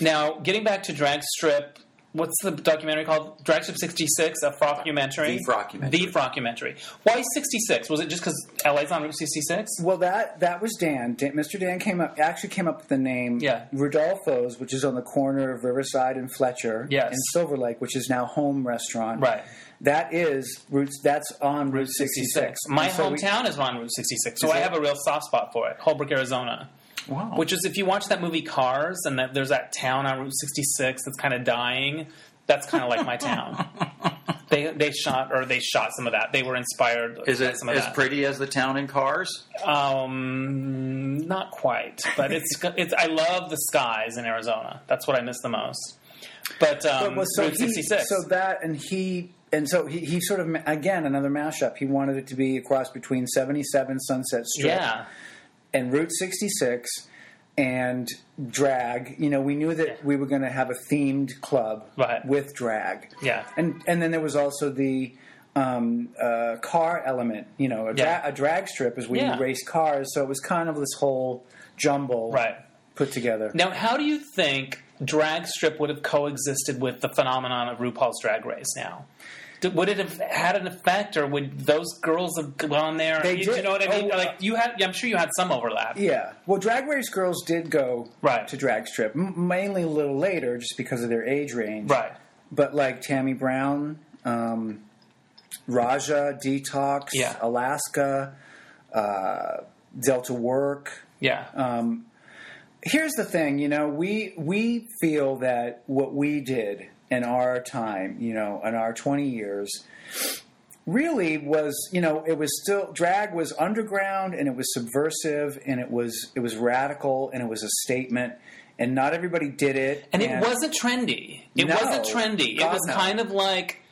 [SPEAKER 1] Now getting back to drag strip. What's the documentary called? Drag Strip 66, a frockumentary?
[SPEAKER 3] The frockumentary.
[SPEAKER 1] The frockumentary. Why 66? Was it just because LA's on Route 66?
[SPEAKER 2] Well, that that was Dan. Dan. Mr. Dan came up actually came up with the name
[SPEAKER 1] Yeah.
[SPEAKER 2] Rodolfo's, which is on the corner of Riverside and Fletcher,
[SPEAKER 1] Yes.
[SPEAKER 2] and Silver Lake, which is now Home Restaurant.
[SPEAKER 1] Right.
[SPEAKER 2] That is roots. That's on Route sixty six.
[SPEAKER 1] My hometown is on Route 66, so I
[SPEAKER 2] it?
[SPEAKER 1] have a real soft spot for it. Holbrook, Arizona.
[SPEAKER 2] Wow.
[SPEAKER 1] Which is, if you watch that movie Cars, and that there's that town on Route 66 that's kind of dying. That's kind of like my town. They they shot or they shot some of that. They were inspired.
[SPEAKER 3] is
[SPEAKER 1] by
[SPEAKER 3] it
[SPEAKER 1] some of
[SPEAKER 3] as
[SPEAKER 1] that.
[SPEAKER 3] pretty as the town in Cars?
[SPEAKER 1] Um, not quite, but it's it's. I love the skies in Arizona. That's what I miss the most. But, um,
[SPEAKER 2] Well, so
[SPEAKER 1] Route
[SPEAKER 2] he-
[SPEAKER 1] 66.
[SPEAKER 2] so that and he and so he, he sort of again another mashup. He wanted it to be a cross between seventy seven Sunset Strip
[SPEAKER 1] yeah,
[SPEAKER 2] and Route 66 and drag. You know, we knew that we were going to have a themed club
[SPEAKER 1] Right.
[SPEAKER 2] with drag.
[SPEAKER 1] Yeah.
[SPEAKER 2] and and then there was also the um, uh, car element. You know, a, dra-
[SPEAKER 1] Yeah.
[SPEAKER 2] a drag strip is where
[SPEAKER 1] Yeah.
[SPEAKER 2] you race cars, so it was kind of this whole jumble
[SPEAKER 1] right.
[SPEAKER 2] put together.
[SPEAKER 1] Now, how do you think drag strip would have coexisted with the phenomenon of RuPaul's Drag Race now? D- Would it have had an effect, or would those girls have gone there?
[SPEAKER 2] They
[SPEAKER 1] you,
[SPEAKER 2] did.
[SPEAKER 1] you know what I mean?
[SPEAKER 2] Oh,
[SPEAKER 1] like you had, I'm sure you had some overlap.
[SPEAKER 2] Yeah. Well, Drag Race girls did go
[SPEAKER 1] Right.
[SPEAKER 2] to drag strip, m- mainly a little later, just because of their age range.
[SPEAKER 1] Right.
[SPEAKER 2] but like Tammy Brown, um, Raja, Detox,
[SPEAKER 1] Yeah.
[SPEAKER 2] Alaska, uh, Delta Work.
[SPEAKER 1] Yeah.
[SPEAKER 2] Here's the thing, you know, we we feel that what we did in our time, you know, in our 20 years really was you know it was still drag was underground and it was subversive and it was it was radical and it was a statement and not everybody did it
[SPEAKER 1] and it wasn't trendy. It
[SPEAKER 2] No.
[SPEAKER 1] wasn't trendy.
[SPEAKER 2] God,
[SPEAKER 1] it was
[SPEAKER 2] no.
[SPEAKER 1] kind of like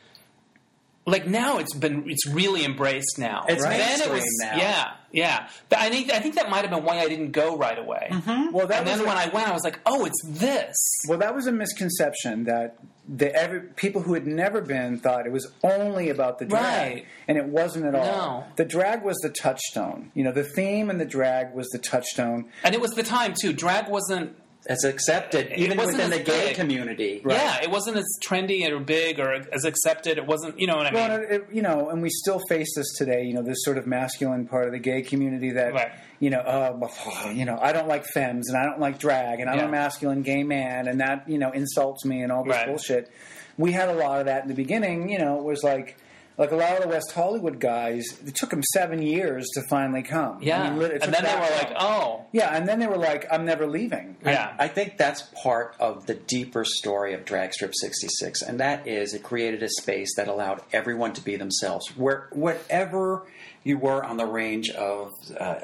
[SPEAKER 1] like now it's been it's really embraced now.
[SPEAKER 3] It's
[SPEAKER 1] Then it
[SPEAKER 3] mainstream
[SPEAKER 1] was
[SPEAKER 3] now.
[SPEAKER 1] yeah yeah. But I think I think that might have been why I didn't go right away.
[SPEAKER 2] Mm-hmm. well that
[SPEAKER 1] And
[SPEAKER 2] was
[SPEAKER 1] then
[SPEAKER 2] a-
[SPEAKER 1] when I went, I was like, oh, it's this.
[SPEAKER 2] Well, that was a misconception that the every, people who had never been thought it was only about the drag,
[SPEAKER 1] Right.
[SPEAKER 2] and it wasn't at all.
[SPEAKER 1] No.
[SPEAKER 2] The drag was the touchstone. You know, the theme and the drag was the touchstone.
[SPEAKER 1] And it was the time too. Drag wasn't
[SPEAKER 3] It's accepted even
[SPEAKER 1] wasn't
[SPEAKER 3] within
[SPEAKER 1] as
[SPEAKER 3] the gay
[SPEAKER 1] big.
[SPEAKER 3] community.
[SPEAKER 1] yeah, it wasn't as trendy or big or as accepted. It wasn't you know what I mean.
[SPEAKER 2] Well, it, it- you know, and we still face this today. You know, this sort of masculine part of the gay community that
[SPEAKER 1] Right.
[SPEAKER 2] you know, uh, you know, I don't like femmes and I don't like drag and I'm
[SPEAKER 1] Yeah.
[SPEAKER 2] a masculine gay man and that you know insults me and all this
[SPEAKER 1] Right.
[SPEAKER 2] bullshit. We had a lot of that in the beginning. You know, it was like. Like a lot of the West Hollywood guys, it took them seven years to finally come. I
[SPEAKER 1] yeah.
[SPEAKER 2] mean, lit- it took
[SPEAKER 1] and then they
[SPEAKER 2] that
[SPEAKER 1] were
[SPEAKER 2] long.
[SPEAKER 1] like, oh
[SPEAKER 2] "Yeah," and then they were like, "I'm never leaving."
[SPEAKER 1] yeah.
[SPEAKER 3] I think that's part of the deeper story of Drag Strip 66, and that is it created a space that allowed everyone to be themselves. Where whatever you were on the range of uh,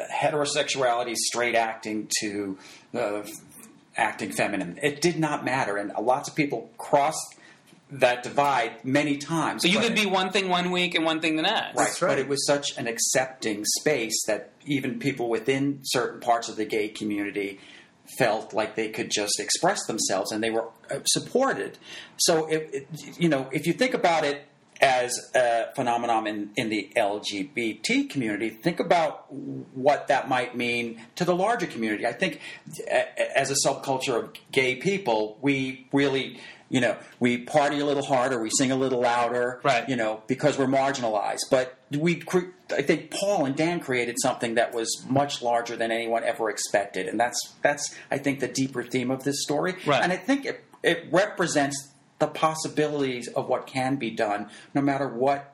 [SPEAKER 3] heterosexuality, straight acting to uh, acting feminine, it did not matter, and lots of people crossed that divide many times.
[SPEAKER 1] so you
[SPEAKER 3] but-
[SPEAKER 1] could be one thing one week and one thing the next.
[SPEAKER 3] Right,
[SPEAKER 2] That's right.
[SPEAKER 3] but it was such an accepting space that even people within certain parts of the gay community felt like they could just express themselves and they were uh, supported. So, it, it, you know, if you think about it as a phenomenon in, in the LGBT community, think about what that might mean to the larger community. I think a- as a subculture of gay people, we really. You know, we party a little harder, we sing a little louder,
[SPEAKER 1] Right.
[SPEAKER 3] You know, know, because we're marginalized. But we, cre- I think Paul and Dan created something that was much larger than anyone ever expected, and that's that's I think the deeper theme of this story.
[SPEAKER 1] Right.
[SPEAKER 3] And I think it it represents the possibilities of what can be done, no matter what.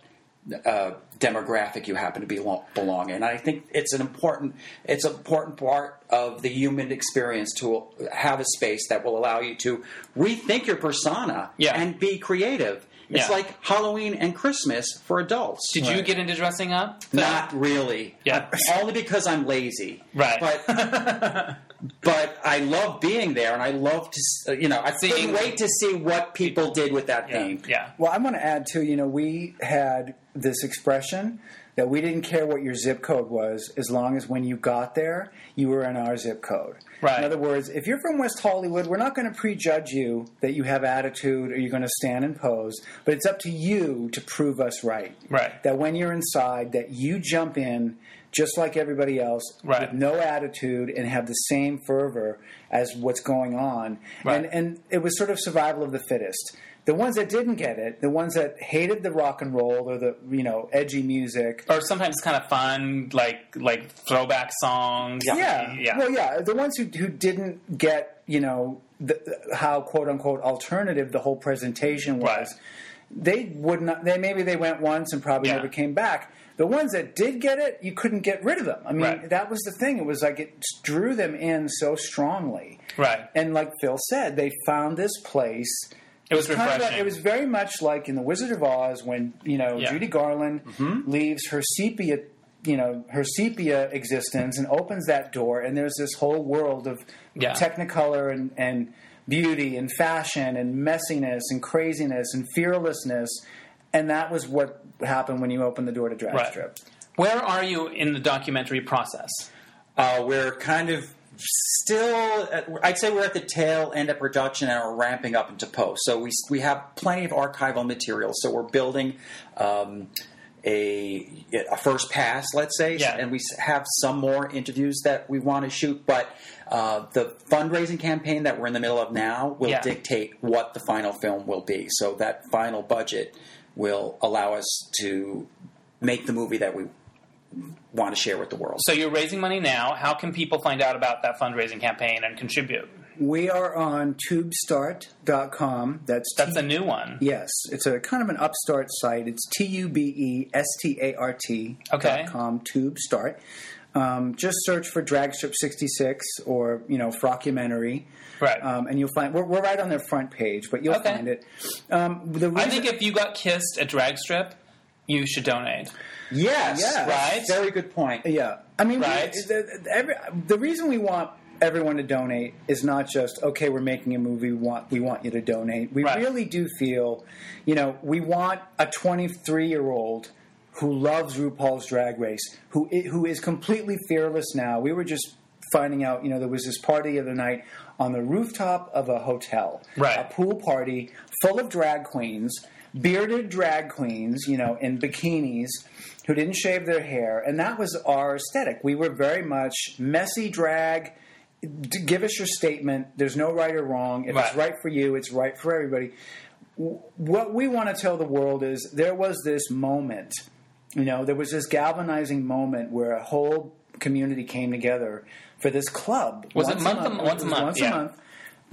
[SPEAKER 3] Uh, demographic you happen to be lo- belong in. And I think it's an important it's an important part of the human experience to have a space that will allow you to rethink your persona
[SPEAKER 1] Yeah.
[SPEAKER 3] and be creative. It's
[SPEAKER 1] Yeah.
[SPEAKER 3] like Halloween and Christmas for adults.
[SPEAKER 1] Did you get into dressing up?
[SPEAKER 3] Not really.
[SPEAKER 1] Yeah.
[SPEAKER 3] Only because I'm lazy.
[SPEAKER 1] Right.
[SPEAKER 3] But but I love being there, and I love to s- you know I
[SPEAKER 1] Seeing-
[SPEAKER 3] couldn't wait to see what people did with that theme.
[SPEAKER 1] Yeah.
[SPEAKER 2] Well, I want to add too. You know, we had this expression that we didn't care what your zip code was, as long as when you got there, you were in our zip code.
[SPEAKER 1] Right.
[SPEAKER 2] In other words, if you're from West Hollywood, we're not going to prejudge you that you have attitude or you're going to stand and pose, but it's up to you to prove us right.
[SPEAKER 1] Right.
[SPEAKER 2] That when you're inside, that you jump in just like everybody else
[SPEAKER 1] Right.
[SPEAKER 2] with no attitude and have the same fervor as what's going on.
[SPEAKER 1] Right.
[SPEAKER 2] And, and it was sort of survival of the fittest. The ones that didn't get it, the ones that hated the rock and roll or the you know edgy music.
[SPEAKER 1] or sometimes kind of fun, like like throwback songs.
[SPEAKER 2] Yeah.
[SPEAKER 1] yeah.
[SPEAKER 2] Well, yeah. The ones who, who didn't get, you know, the, how quote unquote alternative the whole presentation was,
[SPEAKER 1] Right.
[SPEAKER 2] they would not, they maybe they went once and probably
[SPEAKER 1] Yeah.
[SPEAKER 2] never came back. The ones that did get it, you couldn't get rid of them. I mean,
[SPEAKER 1] Right.
[SPEAKER 2] that was the thing. It was like it drew them in so strongly.
[SPEAKER 1] Right.
[SPEAKER 2] And like Phil said, they found this place.
[SPEAKER 1] It was
[SPEAKER 2] kind of
[SPEAKER 1] refreshing.
[SPEAKER 2] a- it was very much like in The Wizard of Oz when you know
[SPEAKER 1] Yeah. Mm-hmm.
[SPEAKER 2] Judy Garland leaves her sepia, you know, her sepia existence and opens that door, and there's this whole world of
[SPEAKER 1] Yeah.
[SPEAKER 2] Technicolor and and beauty and fashion and messiness and craziness and fearlessness, and that was what happened when you opened the door to drag
[SPEAKER 1] Right.
[SPEAKER 2] strip.
[SPEAKER 1] Where are you in the documentary process?
[SPEAKER 3] Uh, we're kind of still at, I'd say we're at the tail end of production and are ramping up into post. So we we have plenty of archival material. So we're building um, a a first pass, let's say,
[SPEAKER 1] Yeah.
[SPEAKER 3] and we s- have some more interviews that we want to shoot, but. Uh, the fundraising campaign that we're in the middle of now will
[SPEAKER 1] Yeah.
[SPEAKER 3] dictate what the final film will be. So that final budget will allow us to make the movie that we want to share with the world.
[SPEAKER 1] So you're raising money now. How can people find out about that fundraising campaign and contribute?
[SPEAKER 2] We are on tubestart.com. That's
[SPEAKER 1] That's a new one.
[SPEAKER 2] Yes, it's a kind of an upstart site. It's T U B E S T A R T
[SPEAKER 1] Okay.
[SPEAKER 2] dot com tube start. Um, just search for Drag Strip 66 or, you know, Frockumentary.
[SPEAKER 1] Right.
[SPEAKER 2] Um, and you'll find, we're, we're right on their front page, but you'll
[SPEAKER 1] Okay.
[SPEAKER 2] find it. Um, the
[SPEAKER 1] I
[SPEAKER 2] reason-
[SPEAKER 1] think if you got kissed at drag strip, you should donate.
[SPEAKER 3] Yes,
[SPEAKER 2] Yes.
[SPEAKER 3] right. Very good point.
[SPEAKER 2] Yeah, I mean, we-
[SPEAKER 1] Right.
[SPEAKER 2] the, the- every, the reason we want everyone to donate is not just okay. We're making a movie. We want we want you to donate. We
[SPEAKER 1] Right.
[SPEAKER 2] really do feel, you know, we want a 23 year old who loves RuPaul's Drag Race, who i- who is completely fearless now. We were just finding out, you know, there was this party the other night on the rooftop of a hotel,
[SPEAKER 1] Right.
[SPEAKER 2] A pool party full of drag queens, bearded drag queens, you know, in bikinis who didn't shave their hair. And that was our aesthetic. We were very much messy drag. D- give us your statement. There's no right or wrong. If it's
[SPEAKER 1] Right.
[SPEAKER 2] right for you, it's right for everybody. W- What we want to tell the world is there was this moment, you know, there was this galvanizing moment where a whole community came together for this club.
[SPEAKER 1] Was it month- once a
[SPEAKER 2] It was
[SPEAKER 1] month,
[SPEAKER 2] Once
[SPEAKER 1] yeah.
[SPEAKER 2] a month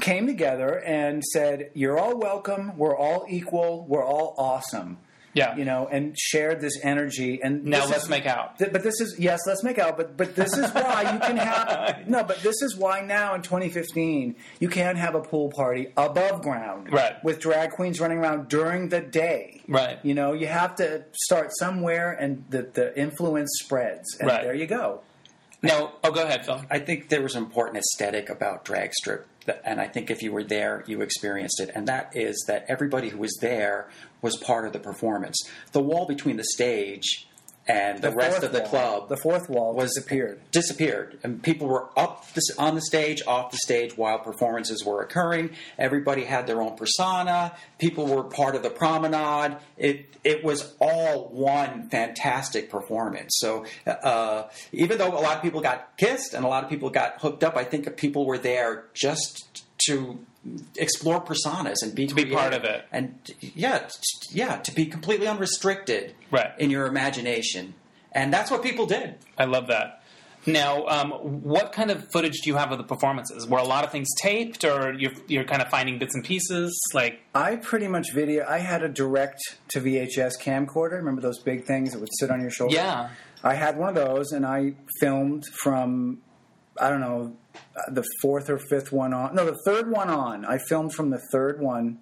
[SPEAKER 2] came together and said, "You're all welcome. We're all equal. We're all awesome."
[SPEAKER 1] Yeah.
[SPEAKER 2] you know, and shared this energy. And
[SPEAKER 1] Now
[SPEAKER 2] this is-
[SPEAKER 1] let's make out.
[SPEAKER 2] Th- but this is yes, let's make out. But but this is why you can have no. But this is why now in 2015 you can have a pool party above ground,
[SPEAKER 1] Right.
[SPEAKER 2] With drag queens running around during the day,
[SPEAKER 1] Right.
[SPEAKER 2] You know, you have to start somewhere, and the the influence spreads, and
[SPEAKER 1] Right.
[SPEAKER 2] there you go.
[SPEAKER 1] No, oh, go ahead, Phil.
[SPEAKER 3] I think there was an important aesthetic about drag strip, that- and I think if you were there, you experienced it. And that is that everybody who was there was part of the performance. The wall between the stage and the, rest
[SPEAKER 2] fourth
[SPEAKER 3] of the
[SPEAKER 2] wall-
[SPEAKER 3] club,
[SPEAKER 2] the fourth wall
[SPEAKER 3] was
[SPEAKER 2] disappeared.
[SPEAKER 3] Disappeared, and people were up this, on the stage, off the stage while performances were occurring. Everybody had their own persona. People were part of the promenade. It it was all one fantastic performance. So uh, even though a lot of people got kissed and a lot of people got hooked up, I think people were there just to explore personas and be to
[SPEAKER 1] be part of it.
[SPEAKER 3] and yeah, t- yeah, to be completely unrestricted
[SPEAKER 1] Right.
[SPEAKER 3] in your imagination. And that's what people did.
[SPEAKER 1] I love that. Now, um, what kind of footage do you have of the performances? Were a lot of things taped, or you're, you're kind of finding bits and pieces? Like,
[SPEAKER 2] I pretty much video. I had a direct to VHS camcorder. Remember those big things that would sit on your shoulder?
[SPEAKER 1] Yeah.
[SPEAKER 2] I had one of those, and I filmed from I don't know uh, the fourth or fifth one on. No, the third one on. I filmed from the third one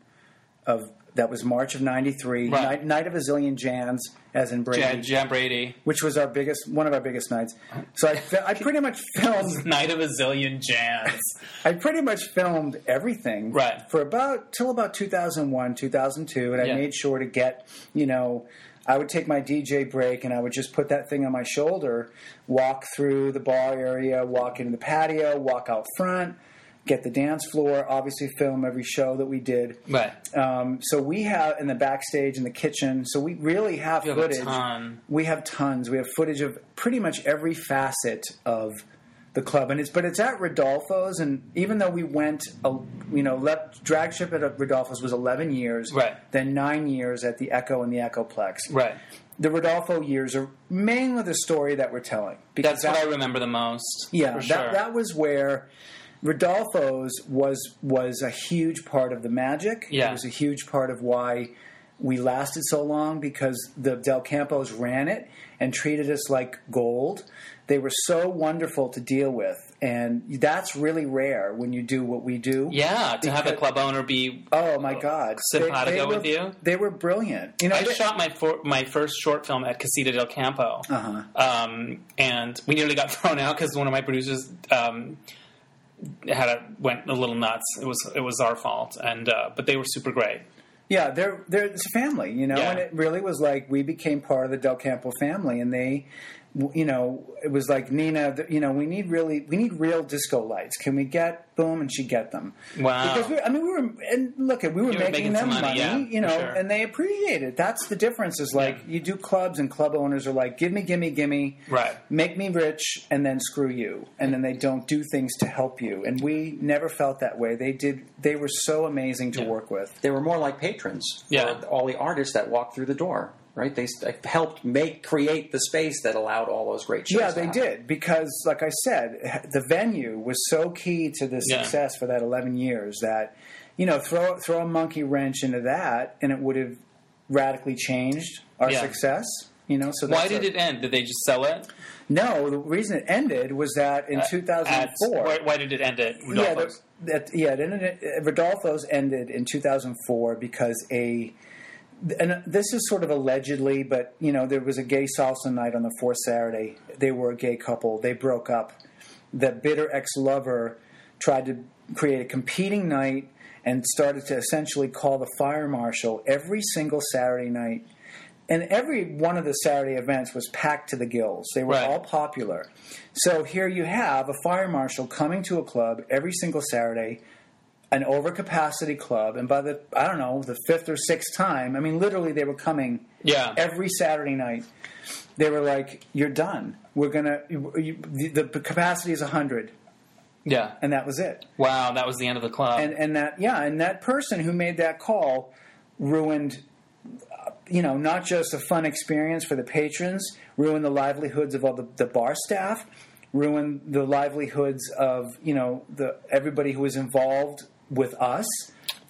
[SPEAKER 2] of that was March of '93,
[SPEAKER 1] Right.
[SPEAKER 2] night, night of a zillion Jans, as in Brady,
[SPEAKER 1] Jan, Jan Brady,
[SPEAKER 2] which was our biggest one of our biggest nights. So I, fi- I pretty much filmed
[SPEAKER 1] Night of a Zillion Jans.
[SPEAKER 2] I pretty much filmed everything
[SPEAKER 1] Right.
[SPEAKER 2] for about till about 2001, 2002, and I
[SPEAKER 1] Yeah.
[SPEAKER 2] made sure to get you know. I would take my DJ break and I would just put that thing on my shoulder, walk through the bar area, walk into the patio, walk out front, get the dance floor, obviously film every show that we did.
[SPEAKER 1] right.
[SPEAKER 2] Um, so we have in the backstage in the kitchen. So we really have
[SPEAKER 1] You have a
[SPEAKER 2] footage.
[SPEAKER 1] ton.
[SPEAKER 2] We have tons. We have footage of pretty much every facet of the club, and it's but it's at Rodolfo's, and even though we went, uh, you know, left, drag ship at Rodolfo's was eleven years,
[SPEAKER 1] Right.
[SPEAKER 2] Then nine years at the Echo and the Echoplex.
[SPEAKER 1] Right.
[SPEAKER 2] The Rodolfo years are mainly the story that we're telling.
[SPEAKER 1] That's
[SPEAKER 2] that-
[SPEAKER 1] what I remember the most.
[SPEAKER 2] yeah,
[SPEAKER 1] for
[SPEAKER 2] that,
[SPEAKER 1] sure.
[SPEAKER 2] that was where Rodolfo's was was a huge part of the magic.
[SPEAKER 1] Yeah.
[SPEAKER 2] It was a huge part of why we lasted so long because the Del Campos ran it and treated us like gold. They were so wonderful to deal with, and that's really rare when you do what we do.
[SPEAKER 1] yeah, to have a
[SPEAKER 2] Because-
[SPEAKER 1] club owner be.
[SPEAKER 2] Oh my God!
[SPEAKER 1] Simpatico
[SPEAKER 2] were,
[SPEAKER 1] with you?
[SPEAKER 2] They were brilliant. You know,
[SPEAKER 1] I
[SPEAKER 2] they-
[SPEAKER 1] shot my for, my first short film at Casita del Campo, uh-huh. um, and we nearly got thrown out because one of my producers um, had a, went a little nuts. It was it was our fault, and uh, but they were super great.
[SPEAKER 2] Yeah, they're they're it's a family, you know,
[SPEAKER 1] Yeah.
[SPEAKER 2] and it really was like we became part of the Del Campo family, and they, w- you know, it was like Nina, th- you know, we need really we need real disco lights. Can we get boom? And she get them.
[SPEAKER 1] Wow.
[SPEAKER 2] Because we, I mean, we were and look, we were,
[SPEAKER 1] were
[SPEAKER 2] making,
[SPEAKER 1] making
[SPEAKER 2] them
[SPEAKER 1] some money, yeah,
[SPEAKER 2] you
[SPEAKER 1] for
[SPEAKER 2] know,
[SPEAKER 1] sure.
[SPEAKER 2] and they appreciate it. That's the difference. Is like
[SPEAKER 1] Yeah.
[SPEAKER 2] you do clubs, and club owners are like, give me, give me, give me,
[SPEAKER 1] Right.
[SPEAKER 2] Make me rich, and then screw you, and then they don't do things to help you. And we never felt that way. They did. They were so amazing to work with.
[SPEAKER 3] They were more like patrons for
[SPEAKER 1] Yeah.
[SPEAKER 3] all the artists that walked through the door, right? They s- helped make, create the space that allowed all those great shows.
[SPEAKER 2] Yeah,
[SPEAKER 3] to
[SPEAKER 2] they
[SPEAKER 3] happen.
[SPEAKER 2] did because, like I said, the venue was so key to the
[SPEAKER 1] Yeah.
[SPEAKER 2] success for that eleven years that you know throw throw a monkey wrench into that and it would have radically changed our
[SPEAKER 1] Yeah.
[SPEAKER 2] success. You know, so
[SPEAKER 1] Why
[SPEAKER 2] that's
[SPEAKER 1] did
[SPEAKER 2] a-
[SPEAKER 1] it end? Did they just sell it?
[SPEAKER 2] No, the reason it ended was that in two thousand
[SPEAKER 1] At-
[SPEAKER 2] four.
[SPEAKER 1] why, why did it end at
[SPEAKER 2] Yeah,
[SPEAKER 1] Rodolfo's?
[SPEAKER 2] the, that, yeah. It ended, uh, Rodolfo's ended in 2004 because a and this is sort of allegedly, but you know, there was a gay salsa night on the fourth Saturday. They were a gay couple. They broke up. The bitter ex-lover tried to create a competing night and started to essentially call the fire marshal every single Saturday night. And every one of the Saturday events was packed to the gills. They were
[SPEAKER 1] Right.
[SPEAKER 2] all popular. So here you have a fire marshal coming to a club every single Saturday an overcapacity club, and by the I don't know the fifth or sixth time, I mean literally they were coming
[SPEAKER 1] Yeah.
[SPEAKER 2] every Saturday night. They were like, "You're done. We're gonna you, you, the, the capacity is hundred,
[SPEAKER 1] yeah.
[SPEAKER 2] and that was it."
[SPEAKER 1] Wow, that was the end of the club.
[SPEAKER 2] And and that yeah, and that person who made that call ruined, uh, you know, not just a fun experience for the patrons, ruined the livelihoods of all the, the bar staff, ruined the livelihoods of you know the everybody who was involved with us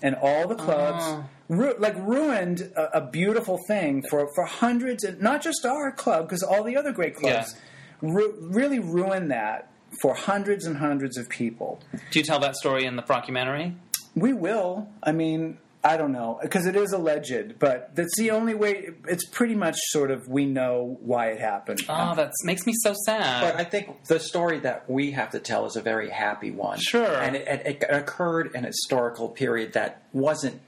[SPEAKER 2] and all the clubs. Ru- like ruined a, a beautiful thing for, for hundreds and not just our club because all the other great clubs ru- really ruined that for hundreds and hundreds of people
[SPEAKER 1] Do you tell that story in the documentary?
[SPEAKER 2] we will. I mean, I don't know because it is alleged, but that's the only way. It's pretty much sort of we know why it happened.
[SPEAKER 1] Oh, that makes me so
[SPEAKER 3] But I
[SPEAKER 1] sad.
[SPEAKER 3] think the story that we have to tell is a very happy one.
[SPEAKER 1] Sure.
[SPEAKER 3] And it, it, it occurred in a historical period that wasn't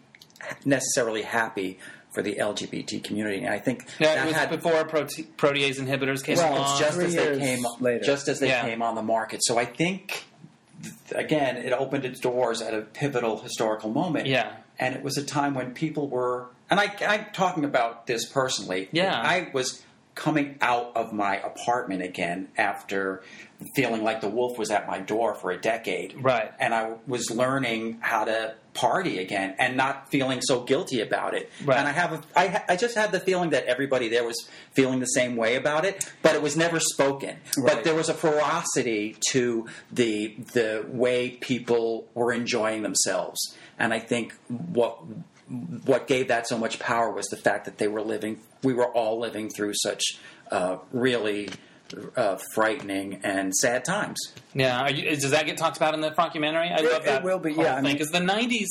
[SPEAKER 3] necessarily happy for the LGBT community. And I think
[SPEAKER 1] yeah,
[SPEAKER 3] that
[SPEAKER 1] it was
[SPEAKER 3] had
[SPEAKER 1] before prote- protease inhibitors came
[SPEAKER 3] Well,
[SPEAKER 1] along.
[SPEAKER 3] it's just
[SPEAKER 2] Three
[SPEAKER 3] as they
[SPEAKER 2] years
[SPEAKER 3] came
[SPEAKER 2] later.
[SPEAKER 3] just as they
[SPEAKER 1] Yeah.
[SPEAKER 3] came on the market. So I think th- again, it opened its doors at a pivotal historical moment.
[SPEAKER 1] Yeah.
[SPEAKER 3] and it was a time when people were, and I, I'm talking about this personally.
[SPEAKER 1] Yeah.
[SPEAKER 3] I was coming out of my apartment again after feeling like the wolf was at my door for a decade.
[SPEAKER 1] Right.
[SPEAKER 3] and I was learning how to party again and not feeling so guilty about it.
[SPEAKER 1] Right.
[SPEAKER 3] And I have a, I, ha- I just had the feeling that everybody there was feeling the same way about it, but it was never spoken.
[SPEAKER 2] Right.
[SPEAKER 3] But there was a ferocity to the the way people were enjoying themselves, and I think what what gave that so much power was the fact that they were living. We were all living through such uh, really. Uh, frightening and sad times.
[SPEAKER 1] yeah, are you, does that get talked about in the documentary? I love
[SPEAKER 2] it
[SPEAKER 1] that.
[SPEAKER 2] will be,
[SPEAKER 1] whole
[SPEAKER 2] yeah, I mean-
[SPEAKER 1] because the '90s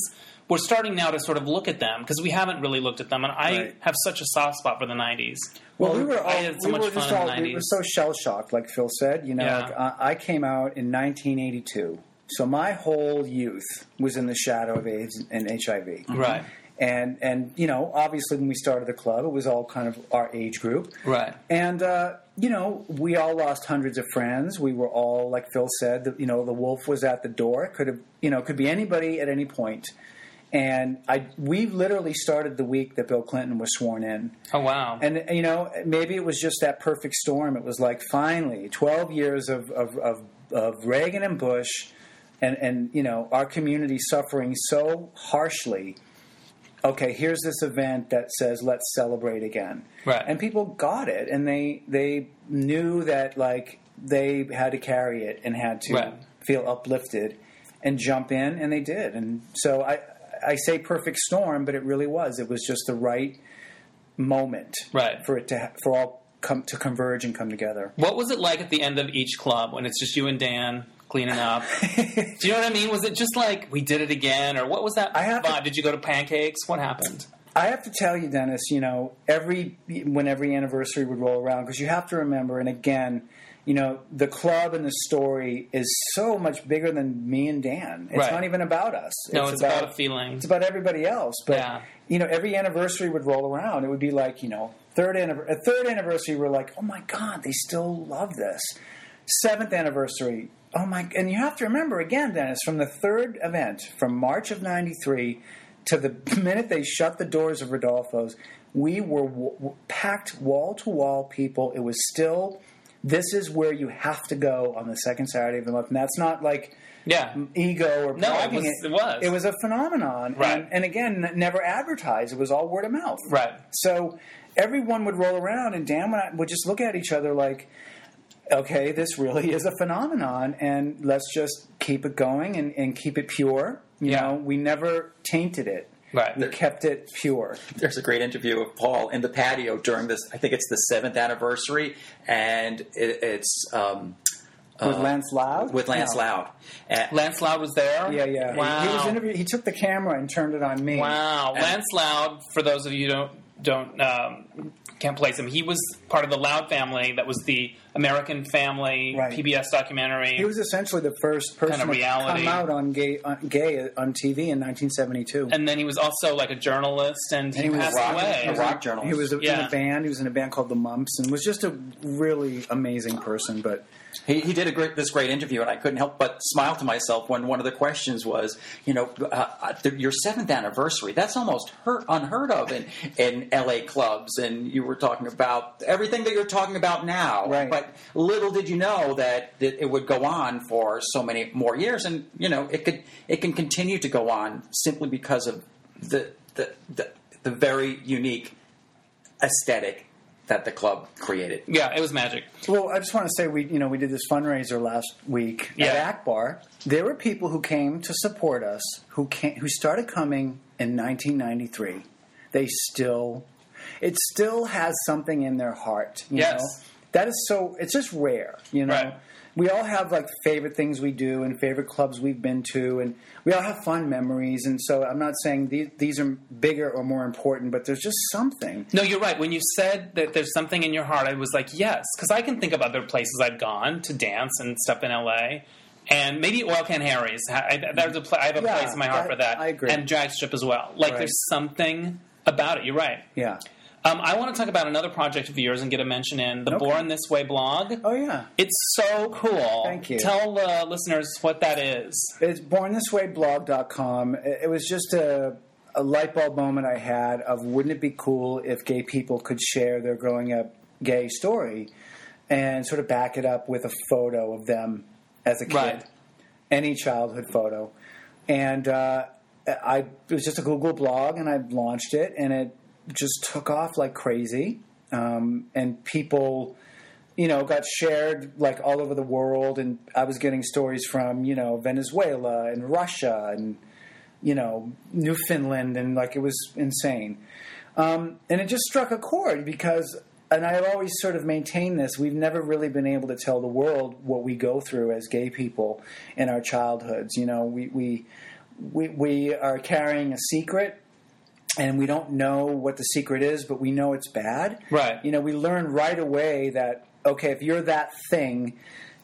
[SPEAKER 1] we're starting now to sort of look at them because we haven't really looked at them, and I
[SPEAKER 2] Right.
[SPEAKER 1] have such a soft spot for the '90s.
[SPEAKER 2] Well, we were all
[SPEAKER 1] I had so
[SPEAKER 2] we
[SPEAKER 1] much
[SPEAKER 2] were just
[SPEAKER 1] fun in the
[SPEAKER 2] all we were
[SPEAKER 1] 90s.
[SPEAKER 2] so shell shocked, like Phil said. You know,
[SPEAKER 1] Yeah.
[SPEAKER 2] like, uh, I, I came out in 1982, so my whole youth was in the shadow of AIDS and HIV.
[SPEAKER 1] Right.
[SPEAKER 2] And and you know, obviously, when we started the club, it was all kind of our age group.
[SPEAKER 1] Right.
[SPEAKER 2] And uh, you know, we all lost hundreds of friends. We were all, like Phil said, the, you know, the wolf was at the door. Could have, you know, could be anybody at any point. And I, we literally started the week that Bill Clinton was sworn in.
[SPEAKER 1] Oh wow.
[SPEAKER 2] And you know, maybe it was just that perfect storm. It was like finally, twelve years of of, of, of Reagan and Bush, and and you know, our community suffering so harshly. Okay, here's this event that says let's celebrate again.
[SPEAKER 1] Right.
[SPEAKER 2] And people got it, and they they knew that like they had to carry it and had to
[SPEAKER 1] Right.
[SPEAKER 2] feel uplifted and jump in, and they did. And so I I say perfect storm, but it really was. It was just the right moment
[SPEAKER 1] Right.
[SPEAKER 2] for it to ha- for all come to converge and come together.
[SPEAKER 1] What was it like at the end of each club when it's just you and Dan cleaning up? Do you know what I mean? Was it just like we did it again, or what was that
[SPEAKER 2] I have to-
[SPEAKER 1] vibe? Did you go to pancakes? What happened?
[SPEAKER 2] I have to tell you, Dennis. You know, every when every anniversary would roll around, because you have to remember. And again, you know, the club and the story is so much bigger than me and Dan. It's
[SPEAKER 1] Right.
[SPEAKER 2] not even about us.
[SPEAKER 1] No, it's, about, a feeling.
[SPEAKER 2] It's about everybody else. But
[SPEAKER 1] Yeah.
[SPEAKER 2] you know, every anniversary would roll around. It would be like you know, third anniversary. Third anniversary, we're like, oh my god, they still love this. Seventh anniversary, oh my! And you have to remember again, Dennis, from the third event, from March of '93 to the minute they shut the doors of Rodolfo's, we were w- w- packed wall to wall people. It was still. This is where you have to go on the second Saturday of the month, and that's not like
[SPEAKER 1] yeah,
[SPEAKER 2] Mm. ego or
[SPEAKER 1] No, it
[SPEAKER 2] plugging
[SPEAKER 1] was- it was.
[SPEAKER 2] it was a phenomenon
[SPEAKER 1] Right.
[SPEAKER 2] and, and again n- never advertised it was all word of mouth
[SPEAKER 1] Right.
[SPEAKER 2] so everyone would roll around and dan and i would just look at each other like okay this really is a phenomenon and let's just keep it going and, and keep it pure you
[SPEAKER 1] Yeah.
[SPEAKER 2] know we never tainted it
[SPEAKER 1] Right.
[SPEAKER 2] we kept it pure
[SPEAKER 3] there's a great interview of Paul in the patio during this. I think it's the seventh anniversary, and it, it's um,
[SPEAKER 2] with Lance Loud.
[SPEAKER 3] with Lance
[SPEAKER 2] No.
[SPEAKER 3] Loud. And-
[SPEAKER 1] Lance Loud was there.
[SPEAKER 2] Yeah, yeah.
[SPEAKER 1] Wow.
[SPEAKER 2] He was interviewed. He took the camera and turned it on me.
[SPEAKER 1] Wow, Lance Loud. For those of you who don't don't um, can't place him, he was part of the Loud family. That was the American Family
[SPEAKER 2] Right.
[SPEAKER 1] PBS documentary.
[SPEAKER 2] He was essentially the first person
[SPEAKER 1] Kind of
[SPEAKER 2] to
[SPEAKER 1] reality.
[SPEAKER 2] come out on gay on, gay on TV in 1972.
[SPEAKER 1] and then he was also like a journalist, and he,
[SPEAKER 2] he was
[SPEAKER 1] passed
[SPEAKER 2] rock-
[SPEAKER 1] away.
[SPEAKER 3] a rock journalist.
[SPEAKER 2] he was a, in
[SPEAKER 1] Yeah.
[SPEAKER 2] a band. He was in a band called The Mumps, and was just a really amazing person. But
[SPEAKER 3] He, he did a great, this great interview, and I couldn't help but smile to myself when one of the questions was, you know, uh, th- your seventh anniversary. That's almost her- unheard of in, in LA clubs. And you were talking about everything that you're talking about now.
[SPEAKER 2] Right.
[SPEAKER 3] But little did you know that it, it would go on for so many more years. And, you know, it could it can continue to go on simply because of the, the, the, the very unique aesthetic that the club created.
[SPEAKER 1] Yeah, it was magic.
[SPEAKER 2] Well, I just want to say we, you know, we did this fundraiser last week at
[SPEAKER 1] Yeah.
[SPEAKER 2] Akbar. There were people who came to support us who came, who started coming in 1993. They still, it still has something in their heart. You
[SPEAKER 1] Yes.
[SPEAKER 2] know? that is so. It's just rare, you know.
[SPEAKER 1] Right.
[SPEAKER 2] We all have like favorite things we do and favorite clubs we've been to, and we all have fun memories. And so I'm not saying these, these are bigger or more important, but there's just something.
[SPEAKER 1] No, you're right. When you said that there's something in your heart, I was like, yes, because I can think of other places I've gone to dance and stuff in LA. And maybe Oil Can Harry's. I, I- there's a pla- I have a
[SPEAKER 2] Yeah,
[SPEAKER 1] place in my heart
[SPEAKER 2] I-
[SPEAKER 1] for that.
[SPEAKER 2] I agree.
[SPEAKER 1] And Drag Strip as well. Like,
[SPEAKER 2] Right.
[SPEAKER 1] there's something about it. You're right.
[SPEAKER 2] Yeah.
[SPEAKER 1] Um, I want to talk about another project of yours and get a mention in the
[SPEAKER 2] Okay.
[SPEAKER 1] Born This Way blog.
[SPEAKER 2] Oh yeah.
[SPEAKER 1] It's so cool.
[SPEAKER 2] Thank you.
[SPEAKER 1] Tell the listeners what that is.
[SPEAKER 2] It's bornthiswayblog.com. It it was just a, a light bulb moment I had of wouldn't it be cool if gay people could share their growing up gay story and sort of back it up with a photo of them as a kid,
[SPEAKER 1] Right.
[SPEAKER 2] any childhood photo. And uh, I it was just a Google blog, and I launched it, and it just took off like crazy. Um, and people you know, got shared like all over the world, and I was getting stories from you know Venezuela and Russia and you know Newfoundland, and like it was insane. Um, and it just struck a chord because, and I've always sort of maintained this: we've never really been able to tell the world what we go through as gay people in our childhoods. You know, we we we, we are carrying a secret. And we don't know what the secret is, but we know it's bad.
[SPEAKER 1] Right.
[SPEAKER 2] You know, we learn right away that okay, if you're that thing,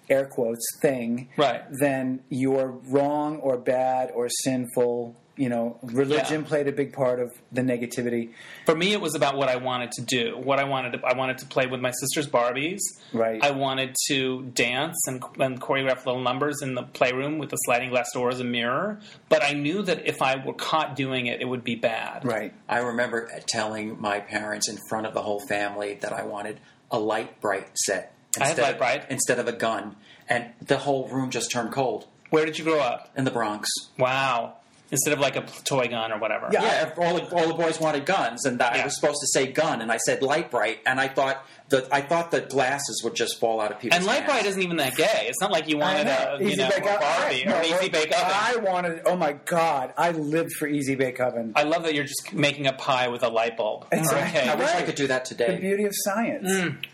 [SPEAKER 2] air quotes thing,
[SPEAKER 1] Right.
[SPEAKER 2] then you're wrong or bad or sinful. You know, religion
[SPEAKER 1] Yeah.
[SPEAKER 2] played a big part of the negativity.
[SPEAKER 1] for me it was about what i wanted to do what i wanted to i wanted to play with my sister's barbies
[SPEAKER 2] Right.
[SPEAKER 1] i wanted to dance and, and choreograph little numbers in the playroom with the sliding glass door as a mirror but i knew that if i were caught doing it it would be bad
[SPEAKER 3] I remember telling my parents in front of the whole family that I wanted a light bright set
[SPEAKER 1] I had light
[SPEAKER 3] of,
[SPEAKER 1] bright.
[SPEAKER 3] instead of a gun, and the whole room just turned cold
[SPEAKER 1] where did you grow up
[SPEAKER 3] in the Bronx.
[SPEAKER 1] wow instead of like a p- toy gun or whatever
[SPEAKER 2] Yeah.
[SPEAKER 3] Yeah, all the, all the boys wanted guns, and I
[SPEAKER 1] Yeah.
[SPEAKER 3] was supposed to say gun, and I said light bright, and I thought the I thought the glasses would just fall out of people's
[SPEAKER 1] and light
[SPEAKER 3] hands.
[SPEAKER 1] bright isn't even that gay it's not like you wanted a you
[SPEAKER 2] Easy
[SPEAKER 1] know a
[SPEAKER 2] Bake Oven.
[SPEAKER 1] barbie
[SPEAKER 2] I-
[SPEAKER 1] or an
[SPEAKER 2] no,
[SPEAKER 1] easy bake
[SPEAKER 2] I
[SPEAKER 1] oven
[SPEAKER 2] wanted. Oh my god, I lived for Easy Bake Oven.
[SPEAKER 1] I love that you're just making a pie with a light bulb.
[SPEAKER 2] Exactly.
[SPEAKER 1] Okay.
[SPEAKER 3] I wish I
[SPEAKER 2] Right.
[SPEAKER 3] could do that
[SPEAKER 2] the
[SPEAKER 3] today.
[SPEAKER 2] beauty of science.
[SPEAKER 1] Mm.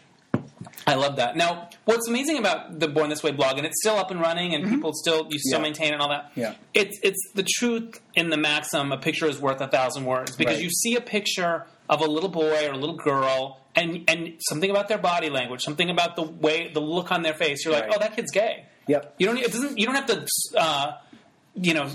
[SPEAKER 1] I love that. Now, what's amazing about the Born This Way blog, and it's still up and running, and people still you still
[SPEAKER 2] Mm-hmm. Yeah.
[SPEAKER 1] maintain it and all that.
[SPEAKER 2] Yeah.
[SPEAKER 1] it's it's the truth in the maxim: a picture is worth a thousand words. Because
[SPEAKER 2] Right.
[SPEAKER 1] you see a picture of a little boy or a little girl, and and something about their body language, something about the way the look on their face, you're
[SPEAKER 3] Right.
[SPEAKER 1] like, oh, that kid's gay.
[SPEAKER 2] Yep.
[SPEAKER 1] You don't it doesn't you don't have to. Uh, you know,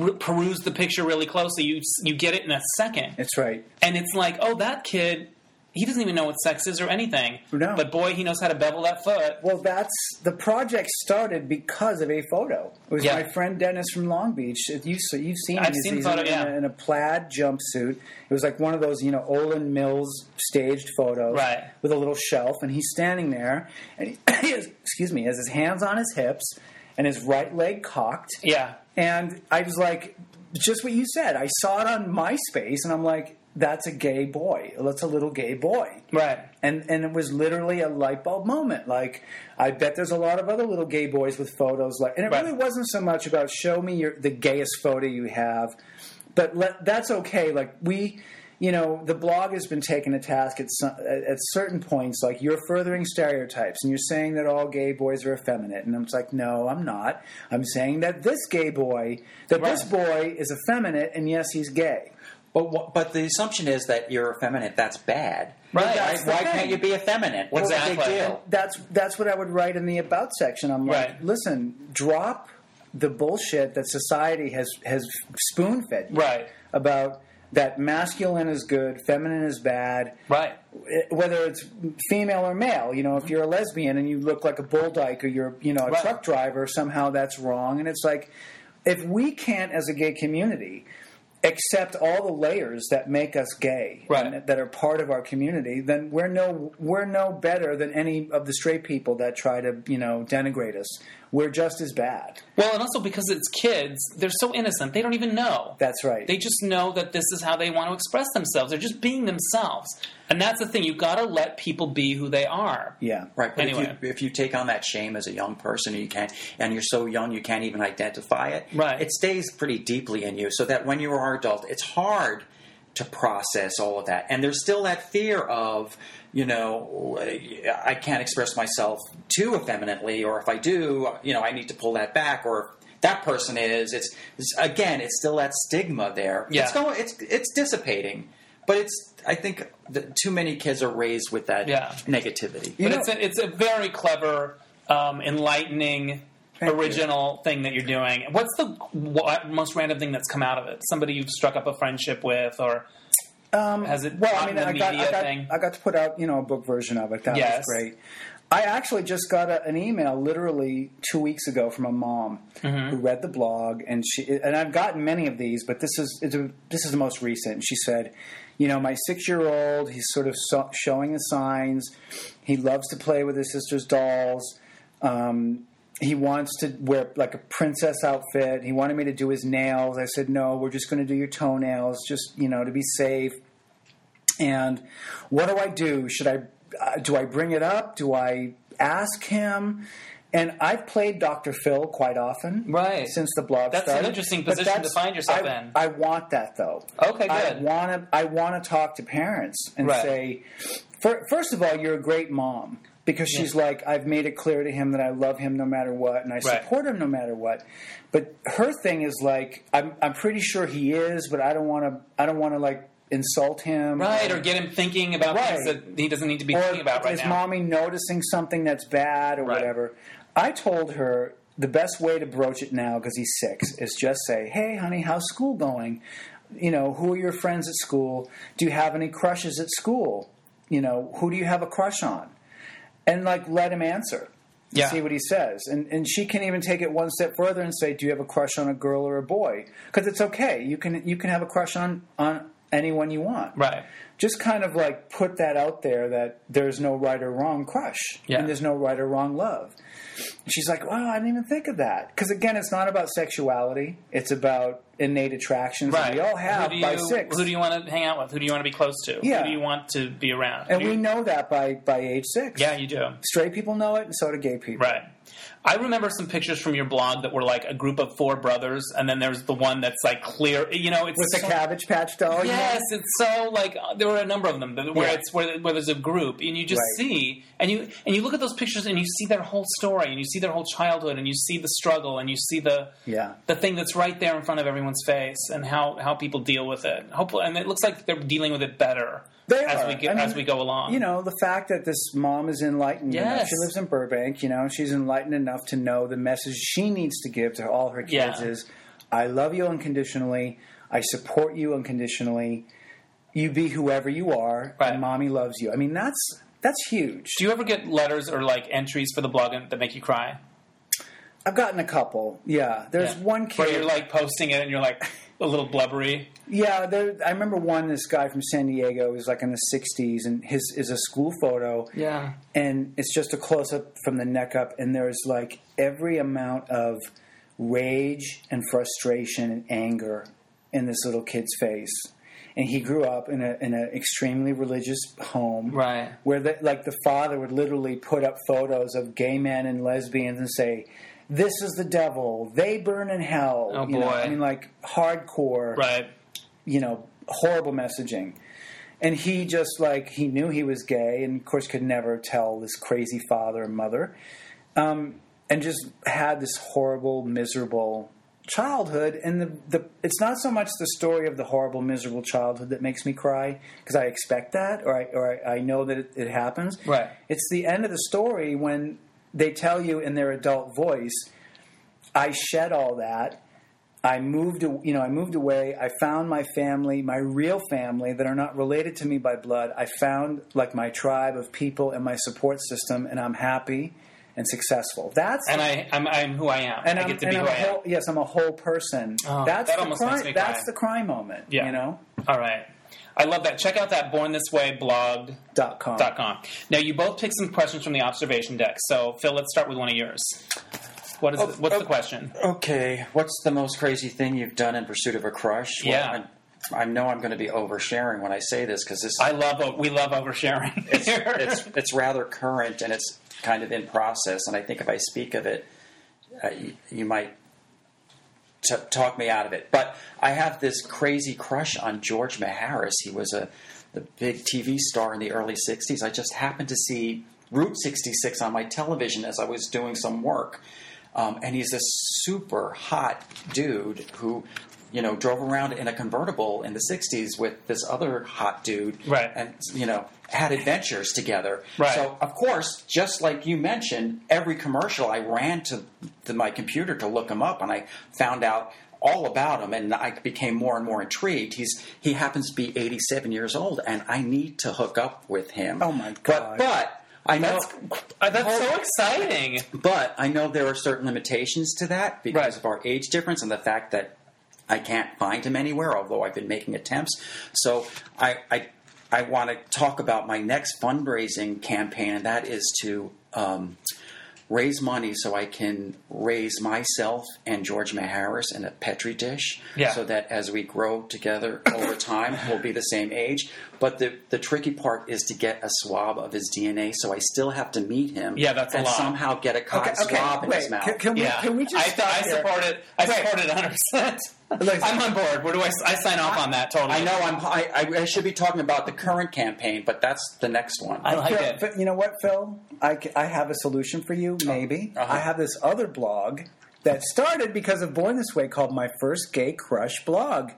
[SPEAKER 1] r- peruse the picture really closely. You you get it in a second
[SPEAKER 2] That's right.
[SPEAKER 1] and it's like, oh, that kid, he doesn't even know what sex is or anything.
[SPEAKER 2] No.
[SPEAKER 1] But boy, he knows how to bevel that foot.
[SPEAKER 2] Well, that's the project started because of a photo. It was
[SPEAKER 1] Yeah.
[SPEAKER 2] my friend Dennis from Long Beach. If You, so you've seen
[SPEAKER 1] I've
[SPEAKER 2] him.
[SPEAKER 1] seen
[SPEAKER 2] He's
[SPEAKER 1] photo,
[SPEAKER 2] in,
[SPEAKER 1] yeah.
[SPEAKER 2] a, in a plaid jumpsuit. It was like one of those, you know, Olin Mills staged photos,
[SPEAKER 1] Right.
[SPEAKER 2] With a little shelf, and he's standing there, and he, he has, excuse me, has his hands on his hips and his right leg cocked.
[SPEAKER 1] Yeah.
[SPEAKER 2] And I was like, just what you said. I saw it on MySpace, and I'm like, that's a gay boy. That's a little gay boy
[SPEAKER 1] Right.
[SPEAKER 2] and and it was literally a light bulb moment. Like I bet there's a lot of other little gay boys with photos like, and it
[SPEAKER 1] Right.
[SPEAKER 2] really wasn't so much about show me your, the gayest photo you have, but let, that's okay. Like we. you know, the blog has been taken to task at some, at at certain points, like you're furthering stereotypes and you're saying that all gay boys are effeminate, and I'm just like, no, I'm not. I'm saying that this gay boy, that this boy is effeminate, and yes, he's gay.
[SPEAKER 3] But what, but the assumption is that you're effeminate. That's bad.
[SPEAKER 1] Right.
[SPEAKER 3] Why,
[SPEAKER 2] That's the
[SPEAKER 3] why
[SPEAKER 2] thing.
[SPEAKER 3] can't you be effeminate? What's the
[SPEAKER 1] Exactly.
[SPEAKER 3] big deal?
[SPEAKER 2] That's that's what I would write in the about section. I'm like,
[SPEAKER 1] Right.
[SPEAKER 2] listen, drop the bullshit that society has has spoon fed you
[SPEAKER 1] Right.
[SPEAKER 2] about that masculine is good, feminine is bad. Eh,
[SPEAKER 1] Right.
[SPEAKER 2] whether it's female or male, you know, if you're a lesbian and you look like a bull dyke or you're, you know, a
[SPEAKER 1] Right.
[SPEAKER 2] truck driver, somehow that's wrong. And it's like, if we can't, as a gay community, accept all the layers that make us gay
[SPEAKER 1] Right.
[SPEAKER 2] and that are part of our community, then we're no we're no better than any of the straight people that try to, you know, denigrate us. We're just as bad.
[SPEAKER 1] Well, and also because it's kids, they're so innocent. They don't even know.
[SPEAKER 2] That's right.
[SPEAKER 1] They just know that this is how they want to express themselves. They're just being themselves. And that's the thing. You've got to let people be who they are.
[SPEAKER 2] yeah.
[SPEAKER 3] Right. But
[SPEAKER 1] Anyway.
[SPEAKER 3] if, you, if you take on that shame as a young person, and you can't, and you're so young, you can't even identify it.
[SPEAKER 1] Right.
[SPEAKER 3] It stays pretty deeply in you, so that when you are adult, it's hard to process all of that. And there's still that fear of, you know, I can't express myself too effeminately, or if I do, you know, I need to pull that back, or. if That person is. It's, it's again. It's still that stigma there.
[SPEAKER 1] Yeah.
[SPEAKER 3] It's going. It's it's dissipating, but it's. I think that too many kids are raised with that
[SPEAKER 1] Yeah.
[SPEAKER 3] negativity.
[SPEAKER 1] But
[SPEAKER 2] know-
[SPEAKER 1] it's, a, it's a very clever, um, enlightening,
[SPEAKER 2] Thank you.
[SPEAKER 1] original thing that you're doing. What's the wha- most random thing that's come out of it? Somebody you've struck up a friendship with, or has it
[SPEAKER 2] Um, Well, I
[SPEAKER 1] gotten
[SPEAKER 2] mean,
[SPEAKER 1] the
[SPEAKER 2] I
[SPEAKER 1] media
[SPEAKER 2] got, I, got,
[SPEAKER 1] thing?
[SPEAKER 2] I got to put out, you know, a book version of it. That
[SPEAKER 1] Yes.
[SPEAKER 2] was great. I actually just got a, an email literally two weeks ago from a mom
[SPEAKER 1] Mm-hmm.
[SPEAKER 2] who read the blog, and she and I've gotten many of these, but this is it's a, this is the most recent. And she said, you know, my six year old, he's sort of so, showing the signs. He loves to play with his sister's dolls. Um, he wants to wear like a princess outfit. He wanted me to do his nails. I said, no, we're just going to do your toenails, just you know, to be safe and what do I do? Should I uh, do I bring it up? Do I ask him? And I've played Dr. Phil quite often,
[SPEAKER 1] Right.
[SPEAKER 2] Since the blog
[SPEAKER 1] That's an
[SPEAKER 2] started.
[SPEAKER 1] interesting
[SPEAKER 2] But
[SPEAKER 1] position
[SPEAKER 2] that's-
[SPEAKER 1] to find yourself
[SPEAKER 2] I-
[SPEAKER 1] in.
[SPEAKER 2] I want that though.
[SPEAKER 1] Okay,
[SPEAKER 2] I
[SPEAKER 1] good.
[SPEAKER 2] want to. I want to talk to parents and
[SPEAKER 1] Right.
[SPEAKER 2] say, fir- first of all, you're a great mom because she's like, I've made it clear to him that I love him no matter what, and I
[SPEAKER 1] Right.
[SPEAKER 2] support him no matter what. But her thing is like, I'm, I'm pretty sure he is, but I don't want to. I don't want to like insult him.
[SPEAKER 1] right, or get him thinking about things
[SPEAKER 2] Right.
[SPEAKER 1] that he doesn't need to be
[SPEAKER 2] Or
[SPEAKER 1] thinking about right
[SPEAKER 2] is
[SPEAKER 1] now.
[SPEAKER 2] mommy noticing something that's bad or
[SPEAKER 1] Right.
[SPEAKER 2] whatever? I told her the best way to broach it now because he's six is just say, "Hey, honey, how's school going? You know, who are your friends at school? Do you have any crushes at school? You know, who do you have a crush on?" And like, let him answer. and
[SPEAKER 1] Yeah.
[SPEAKER 2] See what he says, and and she can even take it one step further and say, "Do you have a crush on a girl or a boy?" Because it's okay. You can you can have a crush on on anyone you want
[SPEAKER 1] right.
[SPEAKER 2] just kind of like put that out there that there's no right or wrong crush
[SPEAKER 1] Yeah.
[SPEAKER 2] and there's no right or wrong love. And she's like, "Wow, I didn't even think of that." Because again, it's not about sexuality; it's about innate attractions
[SPEAKER 1] Right.
[SPEAKER 2] that we all have
[SPEAKER 1] who do you,
[SPEAKER 2] by six.
[SPEAKER 1] Who do you want to hang out with? Who do you want to be close to?
[SPEAKER 2] Yeah.
[SPEAKER 1] Who do you want to be around?
[SPEAKER 2] and
[SPEAKER 1] Who-
[SPEAKER 2] we know that by by age six.
[SPEAKER 1] yeah, you do.
[SPEAKER 2] straight people know it, and so do gay people.
[SPEAKER 1] Right. I remember some pictures from your blog that were like a group of four brothers, and then there's the one that's like clear. You know, it's
[SPEAKER 2] With the
[SPEAKER 1] so-
[SPEAKER 2] Cabbage Patch doll, you know?
[SPEAKER 1] Yes, it's so like uh, there were a number of them that- where
[SPEAKER 2] Yeah.
[SPEAKER 1] it's where, where there's a group, and you just
[SPEAKER 2] Right.
[SPEAKER 1] see and you and you look at those pictures and you see their whole story, and you see their whole childhood, and you see the struggle, and you see the
[SPEAKER 2] Yeah.
[SPEAKER 1] the thing that's right there in front of everyone's face, and how how people deal with it. Hopefully, and it looks like they're dealing with it better
[SPEAKER 2] They
[SPEAKER 1] as
[SPEAKER 2] are.
[SPEAKER 1] we get,
[SPEAKER 2] I mean,
[SPEAKER 1] as we go along.
[SPEAKER 2] you know the fact that this mom is enlightened enough-
[SPEAKER 1] Yes.
[SPEAKER 2] she lives in burbank you know she's enlightened enough to know the message she needs to give to all her kids
[SPEAKER 1] Yeah.
[SPEAKER 2] is i love you unconditionally i support you unconditionally you be whoever you are
[SPEAKER 1] Right.
[SPEAKER 2] and mommy loves you i mean that's that's huge
[SPEAKER 1] Do you ever get letters or like entries for the blog that make you cry?
[SPEAKER 2] i've gotten a couple yeah there's
[SPEAKER 1] Yeah.
[SPEAKER 2] one
[SPEAKER 1] Where you're
[SPEAKER 2] kid
[SPEAKER 1] like posting it and you're like a little blubbery.
[SPEAKER 2] Yeah, there, I remember one. This guy from San Diego is like in the '60s, and his is a school photo.
[SPEAKER 1] Yeah.
[SPEAKER 2] and it's just a close up from the neck up, and there's like every amount of rage and frustration and anger in this little kid's face. And he grew up in a in an extremely religious home,
[SPEAKER 1] Right.
[SPEAKER 2] Where the, like the father would literally put up photos of gay men and lesbians and say, "This is the devil. They burn in hell."
[SPEAKER 1] Oh,
[SPEAKER 2] you know?
[SPEAKER 1] boy.
[SPEAKER 2] I mean, like hardcore,
[SPEAKER 1] Right.
[SPEAKER 2] you know, horrible messaging. And he just like he knew he was gay, and of course could never tell this crazy father and mother, um, and just had this horrible, miserable childhood. And the, the it's not so much the story of the horrible, miserable childhood that makes me cry because I expect that, or I or I, I know that it, it happens.
[SPEAKER 1] Right.
[SPEAKER 2] It's the end of the story when they tell you in their adult voice, I shed all that. I moved, a- you know, I moved away. I found my family, my real family that are not related to me by blood. I found like my tribe of people and my support system, and I'm happy and successful. That's
[SPEAKER 1] and I, I'm, I'm who I am.
[SPEAKER 2] and
[SPEAKER 1] I
[SPEAKER 2] I'm-
[SPEAKER 1] get to
[SPEAKER 2] and
[SPEAKER 1] be
[SPEAKER 2] I'm
[SPEAKER 1] who
[SPEAKER 2] a
[SPEAKER 1] I am.
[SPEAKER 2] whole, yes, I'm a whole person.
[SPEAKER 1] Oh,
[SPEAKER 2] that's
[SPEAKER 1] that
[SPEAKER 2] the
[SPEAKER 1] almost
[SPEAKER 2] cry,
[SPEAKER 1] makes me
[SPEAKER 2] That's
[SPEAKER 1] cry.
[SPEAKER 2] the cry moment.
[SPEAKER 1] Yeah.
[SPEAKER 2] You know.
[SPEAKER 1] All right. I love that. Check out that Born This Way blog.
[SPEAKER 2] Dot com.
[SPEAKER 1] Dot com. Now you both picked some questions from the observation deck. So Phil, let's start with one of yours. What is
[SPEAKER 3] Oh,
[SPEAKER 1] the, what's
[SPEAKER 3] oh.
[SPEAKER 1] the question?
[SPEAKER 3] Okay, what's the most crazy thing you've done in pursuit of a crush?
[SPEAKER 1] Yeah.
[SPEAKER 3] Well, i I know I'm going to be oversharing when I say this because this
[SPEAKER 1] I love we love oversharing.
[SPEAKER 3] it's, it's it's rather current and it's kind of in process. And I think if I speak of it, uh, you, you might t- talk me out of it. But I have this crazy crush on George Maharis. He was a the big TV star in the early '60s. I just happened to see Route 66 on my television as I was doing some work, um, and he's this super hot dude who. You know, drove around in a convertible in the '60s with this other hot dude,
[SPEAKER 1] Right.
[SPEAKER 3] And you know, had adventures together.
[SPEAKER 1] Right.
[SPEAKER 3] So of course, just like you mentioned, every commercial I ran to, to my computer to look him up, and I found out all about him, and I became more and more intrigued. He's he happens to be 87 years old, and I need to hook up with him.
[SPEAKER 2] Oh, my God.
[SPEAKER 3] But but I know.
[SPEAKER 1] Uh, that's so exciting.
[SPEAKER 3] But I know there are certain limitations to that because
[SPEAKER 1] Right.
[SPEAKER 3] of our age difference and the fact that I can't find him anywhere, although I've been making attempts. So I I, I want to talk about my next fundraising campaign, and that is to um, raise money so I can raise myself and George Maharis in a petri dish,
[SPEAKER 1] Yeah.
[SPEAKER 3] so that as we grow together over time, we'll be the same age. But the the tricky part is to get a swab of his DNA, so I still have to meet him.
[SPEAKER 1] Yeah, that's a
[SPEAKER 3] and
[SPEAKER 1] lot.
[SPEAKER 3] somehow get a cock
[SPEAKER 2] Okay.
[SPEAKER 3] swab
[SPEAKER 2] Okay.
[SPEAKER 3] in his
[SPEAKER 2] Wait.
[SPEAKER 3] mouth.
[SPEAKER 2] Can, can we?
[SPEAKER 1] Yeah.
[SPEAKER 2] Can we just
[SPEAKER 1] I,
[SPEAKER 2] stop
[SPEAKER 1] I
[SPEAKER 2] here?
[SPEAKER 1] support it. I
[SPEAKER 2] Wait.
[SPEAKER 1] support it 100. percent
[SPEAKER 2] Look,
[SPEAKER 1] I'm on board. Where do I? s- I sign off on that totally.
[SPEAKER 3] I know I'm. I, I- I should be talking about the current campaign, but that's the next one.
[SPEAKER 1] I like
[SPEAKER 2] Phil,
[SPEAKER 1] it. Oh.
[SPEAKER 2] Phil- you know what, Phil? I, c- I have a solution for you, maybe.
[SPEAKER 3] Uh-huh.
[SPEAKER 2] I have this other blog that started because of Born This Way called My First Gay Crush Blog.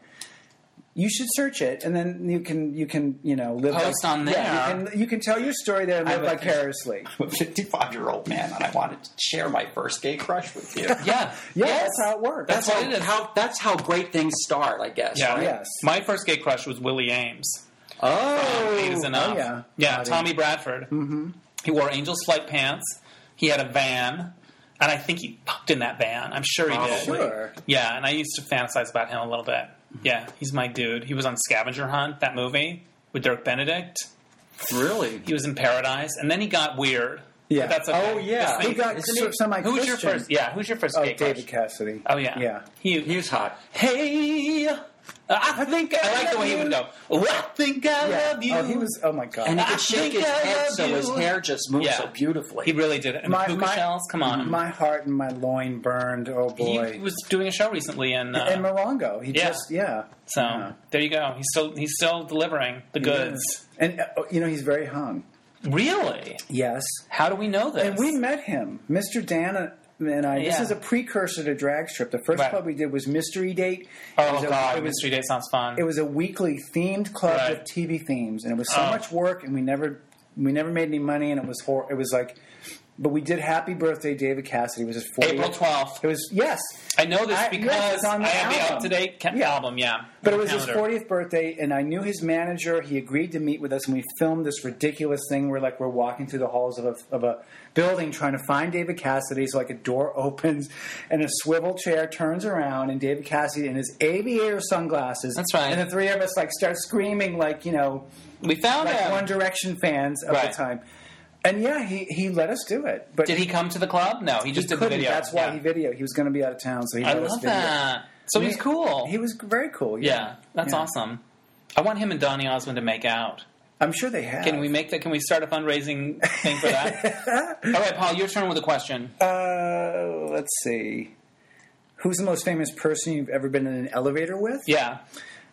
[SPEAKER 2] You should search it, and then you can you can you know live
[SPEAKER 1] Post
[SPEAKER 2] like-
[SPEAKER 1] on
[SPEAKER 2] Yeah,
[SPEAKER 1] there.
[SPEAKER 2] you, can, you can tell your story there and live
[SPEAKER 3] would-
[SPEAKER 2] vicariously.
[SPEAKER 3] I'm a 55 year old man, and I wanted to share my first gay crush with you.
[SPEAKER 1] Yeah.
[SPEAKER 2] Yeah, that's how it works.
[SPEAKER 3] That's,
[SPEAKER 1] That's what
[SPEAKER 3] how,
[SPEAKER 1] it is.
[SPEAKER 3] how that's how great things start, I guess.
[SPEAKER 1] Yeah.
[SPEAKER 3] right?
[SPEAKER 2] Yes.
[SPEAKER 1] My first gay crush was Willie Ames.
[SPEAKER 3] Oh,
[SPEAKER 1] Eight is enough.
[SPEAKER 2] oh, yeah. Body.
[SPEAKER 1] um, Tommy Bradford. Mm-hmm. He wore Angel's Flight pants. He had a van, and I think he fucked in that van. I'm sure he did.
[SPEAKER 2] Sure.
[SPEAKER 1] Yeah, and I used to fantasize about him a little bit. Yeah, he's my dude. He was on Scavenger Hunt, that movie with Dirk Benedict.
[SPEAKER 3] really?
[SPEAKER 1] He was in Paradise, and then he got weird.
[SPEAKER 2] Yeah.
[SPEAKER 1] But that's okay.
[SPEAKER 3] Oh, yeah.
[SPEAKER 1] This
[SPEAKER 2] He got
[SPEAKER 3] Isn't he-
[SPEAKER 2] semi.
[SPEAKER 1] who's your first? Yeah, who's your first
[SPEAKER 2] Oh,
[SPEAKER 1] gay
[SPEAKER 2] David
[SPEAKER 1] crush?
[SPEAKER 2] Cassidy.
[SPEAKER 1] Oh yeah,
[SPEAKER 2] Yeah.
[SPEAKER 1] He,
[SPEAKER 3] He was hot.
[SPEAKER 1] hey, I think I, like the way he would go. I think I
[SPEAKER 2] Yeah.
[SPEAKER 1] love you.
[SPEAKER 2] Oh, he was. Oh my God.
[SPEAKER 3] And he
[SPEAKER 1] I
[SPEAKER 3] could shake
[SPEAKER 1] think
[SPEAKER 3] his
[SPEAKER 1] I
[SPEAKER 3] head
[SPEAKER 1] love
[SPEAKER 3] so his
[SPEAKER 1] you.
[SPEAKER 3] hair just moves
[SPEAKER 1] Yeah.
[SPEAKER 3] so beautifully.
[SPEAKER 1] He really did. And
[SPEAKER 2] My-
[SPEAKER 1] the puka
[SPEAKER 2] my-
[SPEAKER 1] shells, come on.
[SPEAKER 2] my heart and my loin burned. Oh boy.
[SPEAKER 1] he was doing a show recently, and, uh,
[SPEAKER 2] and Morongo. He
[SPEAKER 1] yeah.
[SPEAKER 2] just yeah.
[SPEAKER 1] so there you go. He's still he's still delivering the goods.
[SPEAKER 2] And uh, you know he's very hung.
[SPEAKER 1] Really?
[SPEAKER 2] Yes.
[SPEAKER 1] How do we know this?
[SPEAKER 2] And we met him, Mr. Dan and I. This
[SPEAKER 1] Yeah.
[SPEAKER 2] is a precursor to Drag Strip. The first
[SPEAKER 1] Right.
[SPEAKER 2] club we did was Mystery Date. It
[SPEAKER 1] oh
[SPEAKER 2] was a-
[SPEAKER 1] god,
[SPEAKER 2] it was,
[SPEAKER 1] mystery date sounds fun.
[SPEAKER 2] it was a weekly themed club
[SPEAKER 1] Right.
[SPEAKER 2] with TV themes, and it was so
[SPEAKER 1] Oh.
[SPEAKER 2] much work, and we never we never made any money, and it was hor- it was like. But we did Happy Birthday, David Cassidy. It was his 40th.
[SPEAKER 1] April twelfth.
[SPEAKER 2] It was yes,
[SPEAKER 1] I know this
[SPEAKER 2] I- yes,
[SPEAKER 1] because
[SPEAKER 2] it's on the
[SPEAKER 1] I have the
[SPEAKER 2] album.
[SPEAKER 1] up to date ca-
[SPEAKER 2] Yeah.
[SPEAKER 1] album. Yeah,
[SPEAKER 2] But it was his
[SPEAKER 1] Calendar.
[SPEAKER 2] 40th birthday, and I knew his manager. He agreed to meet with us, and we filmed this ridiculous thing where, like, we're walking through the halls of a, of a building trying to find David Cassidy. So, like, a door opens, and a swivel chair turns around, and David Cassidy in his aviator sunglasses.
[SPEAKER 1] That's right.
[SPEAKER 2] And the three of us, like, start screaming, like, you know,
[SPEAKER 1] We found
[SPEAKER 2] like
[SPEAKER 1] him.
[SPEAKER 2] One Direction fans of
[SPEAKER 1] Oh, Right.
[SPEAKER 2] the time. And yeah, he, he let us do it. But
[SPEAKER 1] Did he come to the club? No, he just did
[SPEAKER 2] he
[SPEAKER 1] the
[SPEAKER 2] couldn't.
[SPEAKER 1] video.
[SPEAKER 2] That's why
[SPEAKER 1] Yeah.
[SPEAKER 2] he videoed. He was going to be out of town, so he
[SPEAKER 1] I
[SPEAKER 2] let us
[SPEAKER 1] love
[SPEAKER 2] video.
[SPEAKER 1] that. So he's cool.
[SPEAKER 2] He was very cool. Yeah,
[SPEAKER 1] yeah, that's
[SPEAKER 2] Yeah.
[SPEAKER 1] awesome. I want him and Donny Osmond to make out.
[SPEAKER 2] I'm sure they have.
[SPEAKER 1] Can we make that? Can we start a fundraising thing for that? All right, Paul, your turn with a question.
[SPEAKER 2] Uh, let's see. Who's the most famous person you've ever been in an elevator with?
[SPEAKER 1] Yeah,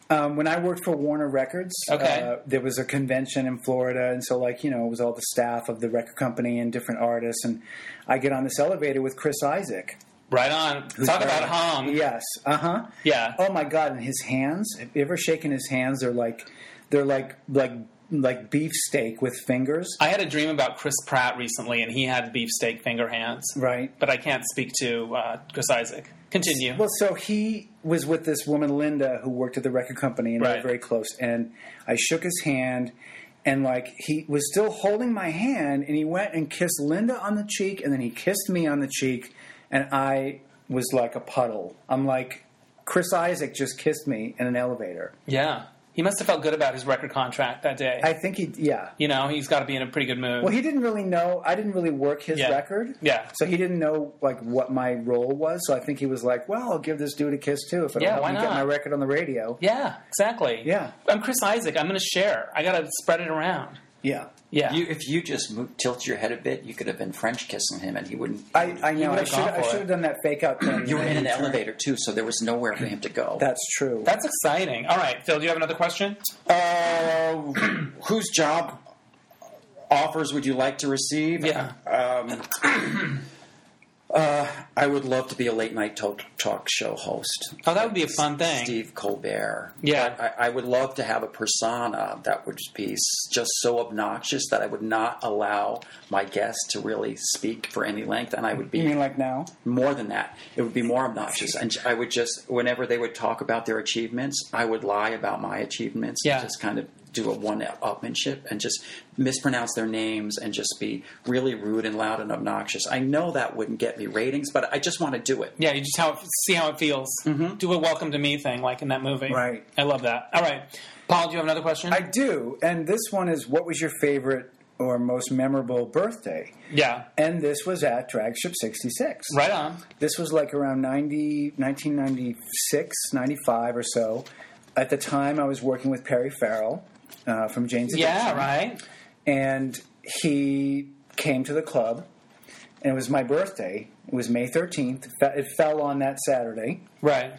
[SPEAKER 2] Um, when I worked for Warner Records,
[SPEAKER 1] Okay.
[SPEAKER 2] uh, there was a convention in Florida, and so like you know, it was all the staff of the record company and different artists, and I get on this elevator with Chris Isaac.
[SPEAKER 1] Right on. Talk about hum.
[SPEAKER 2] Yes, uh huh.
[SPEAKER 1] Yeah.
[SPEAKER 2] Oh my god, and his hands. Have you ever shaken his hands? They're like, they're like like like beefsteak with fingers,
[SPEAKER 1] I had a dream about Chris Pratt recently, and he had beefsteak finger hands.
[SPEAKER 2] right?
[SPEAKER 1] But I can't speak to uh, Chris Isaac. Continue.
[SPEAKER 2] Well, so he was with this woman, Linda, who worked at the record company, and they
[SPEAKER 1] Right.
[SPEAKER 2] were very close. And I shook his hand, and like he was still holding my hand, and he went and kissed Linda on the cheek, and then he kissed me on the cheek, and I was like a puddle. I'm like, Chris Isaac just kissed me in an elevator.
[SPEAKER 1] yeah. He must have felt good about his record contract that day.
[SPEAKER 2] I think he, yeah.
[SPEAKER 1] you know, he's got to be in a pretty good mood.
[SPEAKER 2] Well, he didn't really know. I didn't really work his
[SPEAKER 1] Yeah.
[SPEAKER 2] record.
[SPEAKER 1] Yeah.
[SPEAKER 2] So he didn't know like what my role was. So I think he was like, "Well, I'll give this dude a kiss too if I
[SPEAKER 1] Yeah,
[SPEAKER 2] don't
[SPEAKER 1] why
[SPEAKER 2] help him get
[SPEAKER 1] not?
[SPEAKER 2] my record on the radio."
[SPEAKER 1] yeah, exactly.
[SPEAKER 2] Yeah.
[SPEAKER 1] I'm Chris Isaac. I'm going to share. I got to spread it around.
[SPEAKER 2] Yeah.
[SPEAKER 1] Yeah.
[SPEAKER 3] You, if you just mo- tilt your head a bit, you could have been French kissing him, and he wouldn't.
[SPEAKER 2] I, I know.
[SPEAKER 1] would
[SPEAKER 2] I
[SPEAKER 1] have
[SPEAKER 2] should,
[SPEAKER 1] gone
[SPEAKER 2] I
[SPEAKER 1] for
[SPEAKER 2] should
[SPEAKER 1] it.
[SPEAKER 2] have done that fake out thing.
[SPEAKER 3] you were in an elevator too, so there was nowhere for him to go.
[SPEAKER 2] That's true.
[SPEAKER 1] That's exciting. All right, Phil, do you have another question?
[SPEAKER 3] Uh, whose job offers would you like to receive?
[SPEAKER 1] Yeah.
[SPEAKER 3] Um, uh, I would love to be a late night talk, talk show host.
[SPEAKER 1] Oh, that would be a fun thing.
[SPEAKER 3] Steve Colbert.
[SPEAKER 1] Yeah.
[SPEAKER 3] I, I would love to have a persona that would be s- just so obnoxious that I would not allow my guests to really speak for any length, and I would be
[SPEAKER 2] you mean like now?
[SPEAKER 3] more than that. It would be more obnoxious. And I would just, whenever they would talk about their achievements, I would lie about my achievements.
[SPEAKER 1] Yeah.
[SPEAKER 3] And just kind of do a one upmanship and just mispronounce their names and just be really rude and loud and obnoxious. I know that wouldn't get me ratings, but I just want to do it.
[SPEAKER 1] Yeah, you just how see how it feels. Do a welcome to me thing like in that movie.
[SPEAKER 2] Mm-hmm. Right.
[SPEAKER 1] I love that. All right, Paul, do you have another question?
[SPEAKER 2] I do. And this one is what was your favorite or most memorable birthday?
[SPEAKER 1] yeah.
[SPEAKER 2] And this was at Dragship 66.
[SPEAKER 1] Right on.
[SPEAKER 2] This was like around 90, 1996, 95 or so. At the time, I was working with Perry Farrell uh, from Jane's Addiction.
[SPEAKER 1] Yeah, right.
[SPEAKER 2] and he came to the club and it was my birthday it was may 13th It fe- it fell on that saturday
[SPEAKER 1] Right.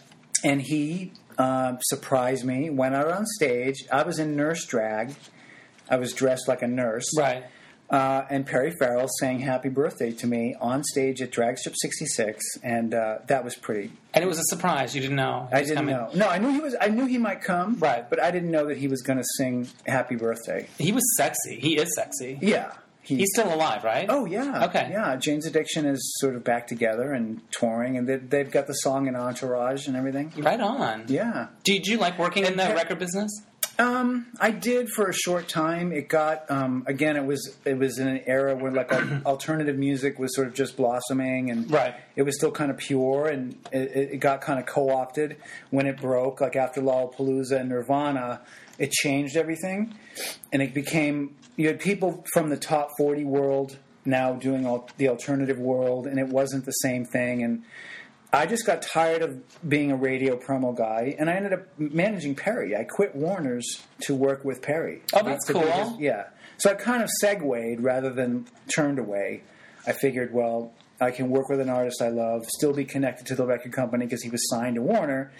[SPEAKER 2] and he um, surprised me went out on stage i was in nurse drag i was dressed like a nurse
[SPEAKER 1] Right.
[SPEAKER 2] uh, and perry farrell sang happy birthday to me on stage at dragstrip 66 and uh, that was pretty
[SPEAKER 1] And it was a surprise. You didn't know. it
[SPEAKER 2] i
[SPEAKER 1] was
[SPEAKER 2] didn't
[SPEAKER 1] coming.
[SPEAKER 2] know no i knew he was i knew he might come
[SPEAKER 1] Right.
[SPEAKER 2] but i didn't know that he was going to sing happy birthday
[SPEAKER 1] He was sexy. He is sexy.
[SPEAKER 2] yeah he,
[SPEAKER 1] He's still alive, right?
[SPEAKER 2] Oh yeah.
[SPEAKER 1] Okay.
[SPEAKER 2] Yeah, Jane's Addiction is sort of back together and touring, and they, they've got the song and entourage and everything.
[SPEAKER 1] Right on.
[SPEAKER 2] Yeah.
[SPEAKER 1] Did you like working in the
[SPEAKER 2] And-
[SPEAKER 1] record business?
[SPEAKER 2] Um, I did for a short time. It got um, again. It was it was in an era where like al- alternative music was sort of just blossoming, and
[SPEAKER 1] Right.
[SPEAKER 2] it was still kind of pure, and it, it- it got kind of co opted when it broke. Like after Lollapalooza and Nirvana, it changed everything, and it became you had people from the top forty world now doing all the alternative world, and it wasn't the same thing, and. I just got tired of being a radio promo guy, and I ended up managing Perry. I quit Warner's to work with Perry.
[SPEAKER 1] Oh, that's
[SPEAKER 2] To be
[SPEAKER 1] cool.
[SPEAKER 2] his- yeah. So I kind of segued rather than turned away. I figured, well, I can work with an artist I love, still be connected to the record company because he was signed to Warner,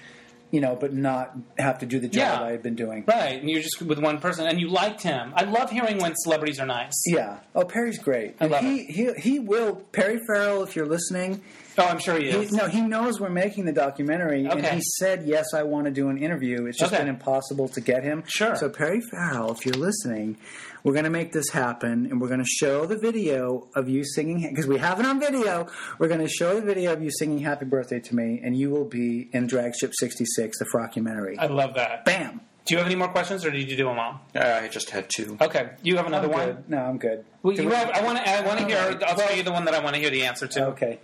[SPEAKER 2] you know, but not have to do the job
[SPEAKER 1] Yeah.
[SPEAKER 2] I had been doing.
[SPEAKER 1] Right. And you're just with one person, and you liked him. I love hearing when celebrities are nice.
[SPEAKER 2] Yeah. Oh, Perry's great. I
[SPEAKER 1] love
[SPEAKER 2] he, he he will Perry Farrell if you're listening.
[SPEAKER 1] Oh, I'm sure he
[SPEAKER 2] He,
[SPEAKER 1] is.
[SPEAKER 2] no, he knows we're making the documentary, and
[SPEAKER 1] Okay.
[SPEAKER 2] he said, "Yes, I want to do an interview." It's just
[SPEAKER 1] Okay.
[SPEAKER 2] been impossible to get him.
[SPEAKER 1] Sure.
[SPEAKER 2] So Perry Farrell, if you're listening, we're going to make this happen, and we're going to show the video of you singing because we have it on video. We're going to show the video of you singing "Happy Birthday" to me, and you will be in Drag Ship '66, the frockumentary.
[SPEAKER 1] I love that.
[SPEAKER 2] Bam.
[SPEAKER 1] Do you have any more questions, or did you do them all?
[SPEAKER 3] I just had two.
[SPEAKER 1] Okay. You have another
[SPEAKER 2] I'm
[SPEAKER 1] one.
[SPEAKER 2] good. No, I'm good.
[SPEAKER 1] Well,
[SPEAKER 2] Do
[SPEAKER 1] you
[SPEAKER 2] we-
[SPEAKER 1] have, I want to. I want to hear.
[SPEAKER 2] Alright.
[SPEAKER 1] I'll tell you the one that I want to hear the answer to.
[SPEAKER 2] Okay.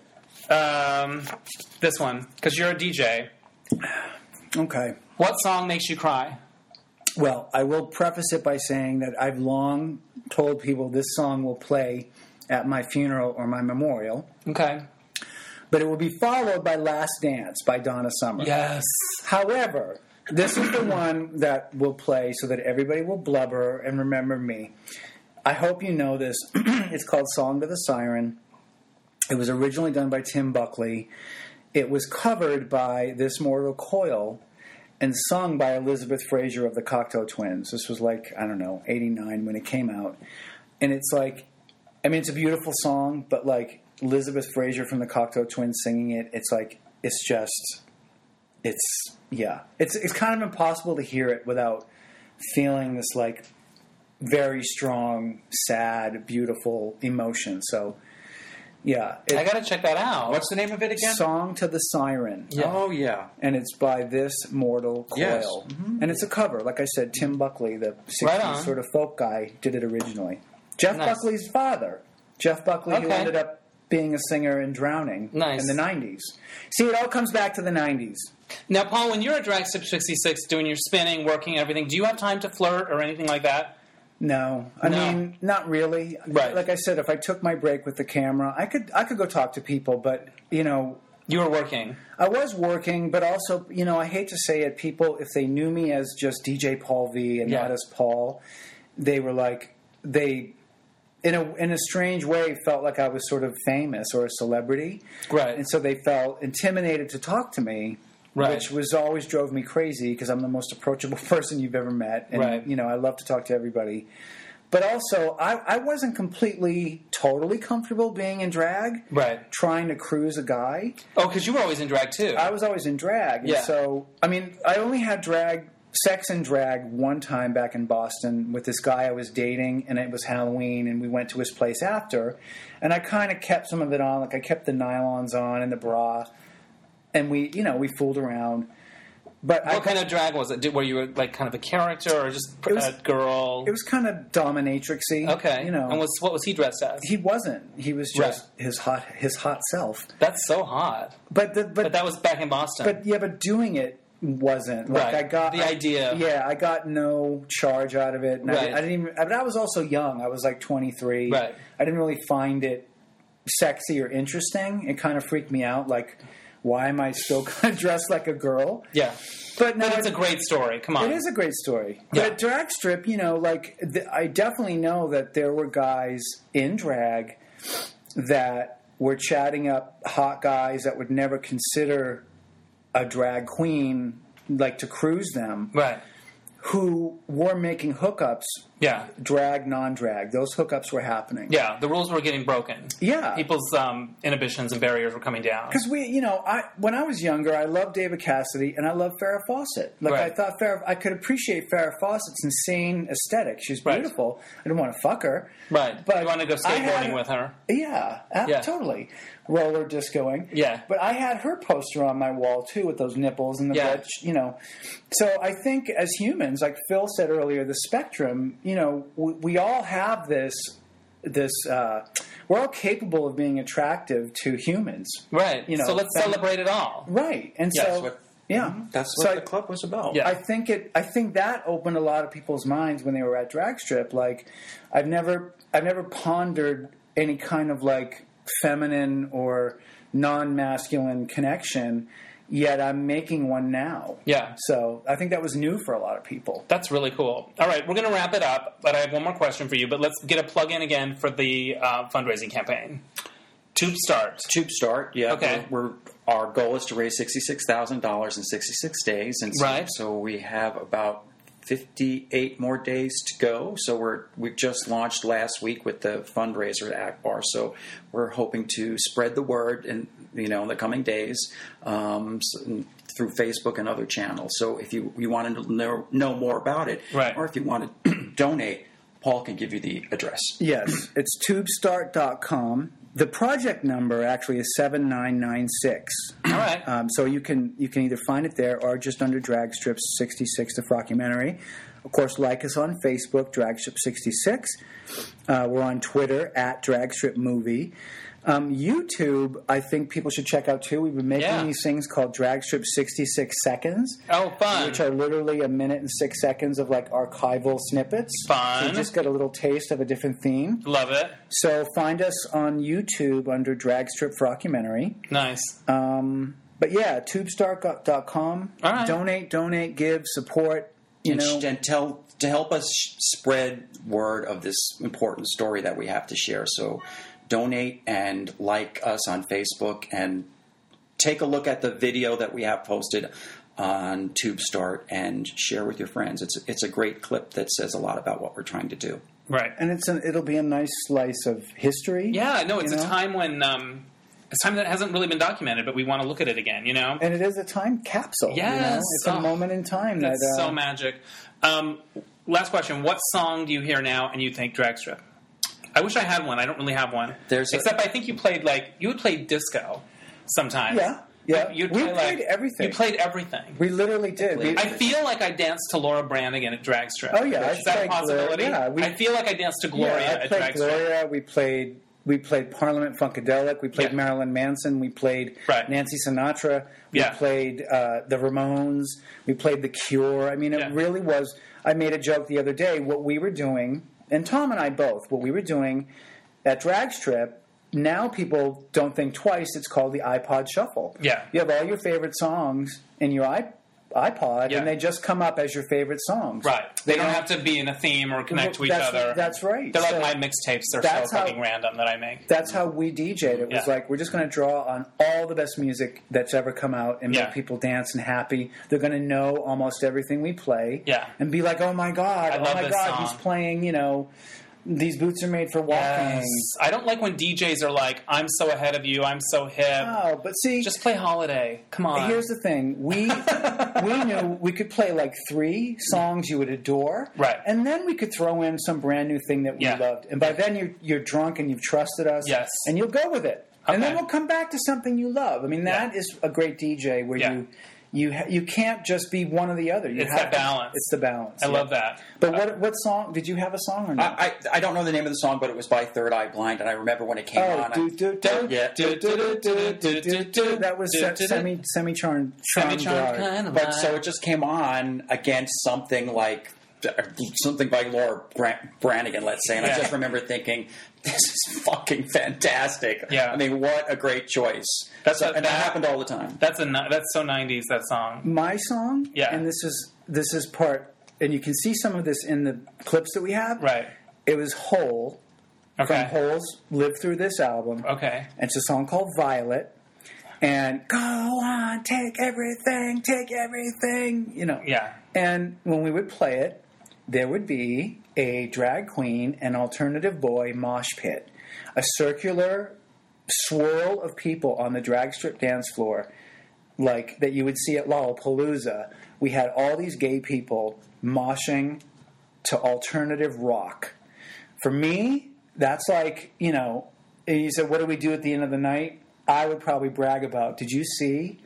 [SPEAKER 1] Um, this one, because you're a DJ.
[SPEAKER 2] Okay.
[SPEAKER 1] What song makes you cry?
[SPEAKER 2] Well, I will preface it by saying that I've long told people this song will play at my funeral or my memorial.
[SPEAKER 1] Okay.
[SPEAKER 2] but it will be followed by Last Dance by Donna Summer.
[SPEAKER 1] Yes.
[SPEAKER 2] However, this is the one that will play so that everybody will blubber and remember me. I hope you know this. it's called Song to the Siren. It was originally done by Tim Buckley. It was covered by This Mortal Coil and sung by Elizabeth Fraser of the Cocktail Twins. This was like, I don't know, 89 when it came out. And it's like, I mean, it's a beautiful song, but like Elizabeth Fraser from the Cocktail Twins singing it, it's like, it's just, it's, yeah. It's, it's kind of impossible to hear it without feeling this like very strong, sad, beautiful emotion. So,
[SPEAKER 1] I
[SPEAKER 2] yeah. It's
[SPEAKER 1] gotta check that out.
[SPEAKER 3] What's the name of it again?
[SPEAKER 2] Song to the Siren
[SPEAKER 3] Oh yeah,
[SPEAKER 2] and it's by this mortal coil.
[SPEAKER 3] Yes.
[SPEAKER 2] And it's a cover, like I said, Tim Buckley, the 60s
[SPEAKER 1] Mm-hmm. Right on.
[SPEAKER 2] sort of folk guy, did it originally. Jeff
[SPEAKER 1] Nice.
[SPEAKER 2] Buckley's father, Jeff Buckley, who
[SPEAKER 1] Okay.
[SPEAKER 2] ended up being a singer in Drowning
[SPEAKER 1] Nice.
[SPEAKER 2] in the 90s. See, it all comes back to the 90s.
[SPEAKER 1] now, Paul, when you're at Drag 66 doing your spinning, working, everything, do you have time to flirt or anything like that?
[SPEAKER 2] No, I
[SPEAKER 1] No.
[SPEAKER 2] mean, not really.
[SPEAKER 1] Right.
[SPEAKER 2] Like I said, if I took my break with the camera, I could I could go talk to people, but you know,
[SPEAKER 1] You were working.
[SPEAKER 2] I was working, but also, you know, I hate to say it, people, if they knew me as just DJ Paul V and
[SPEAKER 1] Yeah.
[SPEAKER 2] not as Paul, they were like, they, in a, in a strange way, felt like I was sort of famous or a celebrity.
[SPEAKER 1] Right.
[SPEAKER 2] And so they felt intimidated to talk to me.
[SPEAKER 1] Right.
[SPEAKER 2] Which was always drove me crazy because I'm the most approachable person you've ever met, and
[SPEAKER 1] Right.
[SPEAKER 2] you know I love to talk to everybody. But also, I, I wasn't completely, totally comfortable being in drag,
[SPEAKER 1] Right.
[SPEAKER 2] trying to cruise a guy.
[SPEAKER 1] Oh, because you were always in drag too.
[SPEAKER 2] I was always in drag. and
[SPEAKER 1] Yeah.
[SPEAKER 2] So, I mean, I only had drag, sex and drag one time back in Boston with this guy I was dating, and it was Halloween, and we went to his place after. And I kind of kept some of it on. Like, I kept the nylons on and the bra. And we, you know, we fooled around. But I,
[SPEAKER 1] what kind of drag was it? Did, were you like kind of a character or just
[SPEAKER 2] It was-
[SPEAKER 1] a girl?
[SPEAKER 2] it was kind of dominatrixy.
[SPEAKER 1] okay.
[SPEAKER 2] You know.
[SPEAKER 1] And was, what was he dressed as?
[SPEAKER 2] he wasn't. He was just his hot his hot self.
[SPEAKER 1] That's so hot.
[SPEAKER 2] But the, but
[SPEAKER 1] But that was back in Boston.
[SPEAKER 2] But yeah, but doing it wasn't like
[SPEAKER 1] Right.
[SPEAKER 2] I got
[SPEAKER 1] The idea.
[SPEAKER 2] Yeah, I got no charge out of it. And I,
[SPEAKER 1] Right.
[SPEAKER 2] I didn't even. But I was also young. I was like twenty three.
[SPEAKER 1] Right.
[SPEAKER 2] I didn't really find it sexy or interesting. It kind of freaked me out. Like, why am I still kind of dressed like a girl?
[SPEAKER 1] yeah.
[SPEAKER 2] But no,
[SPEAKER 1] But it's
[SPEAKER 2] it-
[SPEAKER 1] a great story. Come on.
[SPEAKER 2] it is a great story.
[SPEAKER 1] Yeah.
[SPEAKER 2] But at drag strip, you know, like th- I definitely know that there were guys in drag that were chatting up hot guys that would never consider a drag queen like to cruise them
[SPEAKER 1] Right.
[SPEAKER 2] who were making hookups
[SPEAKER 1] Yeah.
[SPEAKER 2] drag non-drag those hookups were happening
[SPEAKER 1] Yeah. The rules were getting broken.
[SPEAKER 2] yeah
[SPEAKER 1] People's um, inhibitions and barriers were coming down.
[SPEAKER 2] Because we, you know, I when I was younger, I loved David Cassidy and I loved Farrah Fawcett. Like I
[SPEAKER 1] Right.
[SPEAKER 2] thought, Farrah, I could appreciate Farrah Fawcett's insane aesthetic. She's
[SPEAKER 1] Right.
[SPEAKER 2] beautiful. I didn't want to fuck her,
[SPEAKER 1] Right.
[SPEAKER 2] But
[SPEAKER 1] you want to go
[SPEAKER 2] I
[SPEAKER 1] skateboarding
[SPEAKER 2] had-
[SPEAKER 1] with her?
[SPEAKER 2] Yeah, ab-
[SPEAKER 1] Yeah.
[SPEAKER 2] totally. Roller discoing.
[SPEAKER 1] Yeah.
[SPEAKER 2] but I had her poster on my wall too, with those nipples and the
[SPEAKER 1] Yeah.
[SPEAKER 2] red, sh- you know. So I think as humans, like Phil said earlier, the spectrum. You know, we, we all have this. This uh, we're all capable of being attractive to humans.
[SPEAKER 1] Right.
[SPEAKER 2] You know,
[SPEAKER 1] so let's
[SPEAKER 2] that-
[SPEAKER 1] celebrate it all.
[SPEAKER 2] Right, and
[SPEAKER 1] Yeah,
[SPEAKER 2] so
[SPEAKER 1] that's
[SPEAKER 3] what- Mhm.
[SPEAKER 2] yeah,
[SPEAKER 3] that's
[SPEAKER 2] So
[SPEAKER 3] what
[SPEAKER 2] I-
[SPEAKER 3] the club was about.
[SPEAKER 1] Yeah.
[SPEAKER 2] I think it. I think that opened a lot of people's minds when they were at drag strip. Like, I've never, I've never pondered any kind of like feminine or non-masculine connection. Yet I'm making one now.
[SPEAKER 1] Yeah.
[SPEAKER 2] So I think that was new for a lot of people.
[SPEAKER 1] That's really cool. All right, we're going to wrap it up, but I have one more question for you. But let's get a plug in again for the uh, fundraising campaign. Tube start.
[SPEAKER 3] Tube start, yeah.
[SPEAKER 1] Okay.
[SPEAKER 3] We're, we're our goal is to raise sixty six thousand dollars in sixty six days, and so,
[SPEAKER 1] Right.
[SPEAKER 3] so we have about fifty eight more days to go. So we're we just launched last week with the fundraiser at Akbar, so we're hoping to spread the word and you know in the coming days um, s- and through Facebook and other channels. So if you you want to know know more about it,
[SPEAKER 1] Right.
[SPEAKER 3] or if you want to donate, Paul can give you the address.
[SPEAKER 2] Yes, it's tubestart.com. The project number actually is seven nine nine six.
[SPEAKER 1] All right.
[SPEAKER 2] Um, so you can you can either find it there or just under Drag Strips 66 the Frockumentary. Of course, like us on Facebook, Drag Strip 66. Uh, we're on Twitter at Drag Strip Movie. Um, YouTube, I think people should check out too. We've been making
[SPEAKER 1] Yeah.
[SPEAKER 2] these things called Drag Strip 66 Seconds,
[SPEAKER 1] oh, fun.
[SPEAKER 2] which are literally a minute and six seconds of like archival snippets.
[SPEAKER 1] Fun.
[SPEAKER 2] So you just get a little taste of a different theme.
[SPEAKER 1] Love it.
[SPEAKER 2] So find us on YouTube under Drag Strip Frockumentary.
[SPEAKER 1] Nice.
[SPEAKER 2] Uh, But yeah, tubestar.com.
[SPEAKER 1] All right.
[SPEAKER 2] Donate, donate, give, support. You
[SPEAKER 3] and,
[SPEAKER 2] know,
[SPEAKER 3] sh- and tell to help us sh- spread word of this important story that we have to share. So donate and like us on Facebook and take a look at the video that we have posted on TubeStart and share with your friends. It's it's a great clip that says a lot about what we're trying to do.
[SPEAKER 1] Right.
[SPEAKER 2] and it's an, it'll be a nice slice of history.
[SPEAKER 1] Yeah, no, it's
[SPEAKER 2] you
[SPEAKER 1] a
[SPEAKER 2] know?
[SPEAKER 1] time when um, it's time that hasn't really been documented, but we want to look at it again. You know,
[SPEAKER 2] and it is a time capsule. you know?
[SPEAKER 1] Yes.
[SPEAKER 2] it's
[SPEAKER 1] Oh,
[SPEAKER 2] a moment in time
[SPEAKER 1] that's
[SPEAKER 2] that uh,
[SPEAKER 1] so magic. Um, last question: What song do you hear now and you think drag strip? I wish I had one. I don't really have one.
[SPEAKER 3] There's a-
[SPEAKER 1] except I think you played like you would play disco sometimes.
[SPEAKER 2] Yeah, yeah.
[SPEAKER 1] You'd
[SPEAKER 2] We
[SPEAKER 1] play, like-
[SPEAKER 2] played everything.
[SPEAKER 1] You played everything.
[SPEAKER 2] we literally did. We,
[SPEAKER 1] I feel like I danced to Laura Branigan at drag strip.
[SPEAKER 2] Oh, yeah, I
[SPEAKER 1] is that a
[SPEAKER 2] played Gloria-
[SPEAKER 1] possibility?
[SPEAKER 2] yeah, we-
[SPEAKER 1] I feel like I danced to Gloria
[SPEAKER 2] yeah, I
[SPEAKER 1] at
[SPEAKER 2] played
[SPEAKER 1] drag strip.
[SPEAKER 2] Gloria. We played. We played Parliament Funkadelic. We played
[SPEAKER 1] Yeah.
[SPEAKER 2] Marilyn Manson. We played
[SPEAKER 1] Right.
[SPEAKER 2] Nancy Sinatra. We
[SPEAKER 1] Yeah.
[SPEAKER 2] played uh, the Ramones. We played The Cure. I mean, it
[SPEAKER 1] Yeah.
[SPEAKER 2] really was. I made a joke the other day. What we were doing, and Tom and I both, what we were doing at Drag Strip. Now people don't think twice. It's called the iPod Shuffle.
[SPEAKER 1] Yeah.
[SPEAKER 2] you have all your favorite songs in your iP- iPod,
[SPEAKER 1] Yeah.
[SPEAKER 2] and they just come up as your favorite songs.
[SPEAKER 1] Right. They, don't
[SPEAKER 2] don't-
[SPEAKER 1] have to be in a theme or connect to each
[SPEAKER 2] That's-
[SPEAKER 1] other.
[SPEAKER 2] that's right.
[SPEAKER 1] They're
[SPEAKER 2] So-
[SPEAKER 1] like my mixtapes. They're so
[SPEAKER 2] That's how-
[SPEAKER 1] fucking random that I make.
[SPEAKER 2] that's how we DJ'd. It was
[SPEAKER 1] Yeah.
[SPEAKER 2] like we're just going to draw on all the best music that's ever come out and
[SPEAKER 1] Yeah.
[SPEAKER 2] make people dance and happy. They're going to know almost everything we play,
[SPEAKER 1] Yeah.
[SPEAKER 2] and be like, "Oh my god, oh
[SPEAKER 1] love
[SPEAKER 2] my
[SPEAKER 1] this
[SPEAKER 2] god,
[SPEAKER 1] song."
[SPEAKER 2] he's playing." You know, these boots are made for walking.
[SPEAKER 1] I don't like when DJs are like, "I'm so ahead of you. I'm so hip."
[SPEAKER 2] Oh, but see,
[SPEAKER 1] Just play Holiday. Come on.
[SPEAKER 2] here's the thing: we we knew we could play like three songs you would adore,
[SPEAKER 1] Right.
[SPEAKER 2] And then we could throw in some brand new thing that we
[SPEAKER 1] Yeah.
[SPEAKER 2] loved. And by then you're you're drunk and you've trusted us,
[SPEAKER 1] Yes.
[SPEAKER 2] and you'll go with it. And then
[SPEAKER 1] Okay.
[SPEAKER 2] we'll come back to something you love. I mean, that
[SPEAKER 1] Yeah.
[SPEAKER 2] is a great DJ where
[SPEAKER 1] Yeah.
[SPEAKER 2] you you ha- you can't just be one or the other. You
[SPEAKER 1] It's
[SPEAKER 2] have
[SPEAKER 1] that
[SPEAKER 2] to-
[SPEAKER 1] balance.
[SPEAKER 2] It's the balance.
[SPEAKER 1] I love that.
[SPEAKER 2] But what what song did you have a song or not?
[SPEAKER 3] I, I I don't know the name of the song, but it was by Third Eye Blind, and I remember when it came on.
[SPEAKER 2] oh, do
[SPEAKER 3] I-
[SPEAKER 2] do do.
[SPEAKER 3] yeah.
[SPEAKER 2] Do, do, do, do, do, do, do. That was
[SPEAKER 1] Do,
[SPEAKER 2] se-
[SPEAKER 1] do, do.
[SPEAKER 2] semi semi charmed.
[SPEAKER 1] Semi-charmed kind of
[SPEAKER 3] But
[SPEAKER 1] vibe.
[SPEAKER 3] so it just came on against something like something by Laura Bran- Branigan, let's say, and
[SPEAKER 1] Yeah.
[SPEAKER 3] I just remember thinking, "This is fucking fantastic."
[SPEAKER 1] Yeah.
[SPEAKER 3] I mean, what a great choice.
[SPEAKER 1] That's
[SPEAKER 3] So-
[SPEAKER 1] a-
[SPEAKER 3] and that happened all the time.
[SPEAKER 1] That's a ni- that's so '90s that song.
[SPEAKER 2] my song.
[SPEAKER 1] Yeah.
[SPEAKER 2] And this is this is part, and you can see some of this in the clips that we have.
[SPEAKER 1] Right.
[SPEAKER 2] It was Hole from
[SPEAKER 1] Okay.
[SPEAKER 2] Hole's "Live Through This" album.
[SPEAKER 1] Okay.
[SPEAKER 2] And it's a song called Violet. And go on, take everything, take everything. You know.
[SPEAKER 1] Yeah.
[SPEAKER 2] And when we would play it, there would be a drag queen and alternative boy mosh pit, a circular swirl of people on the drag strip dance floor, like that you would see at Lollapalooza. We had all these gay people moshing to alternative rock. For me, that's like, you know, you said, what do we do at the end of the night? I would probably brag about, did you see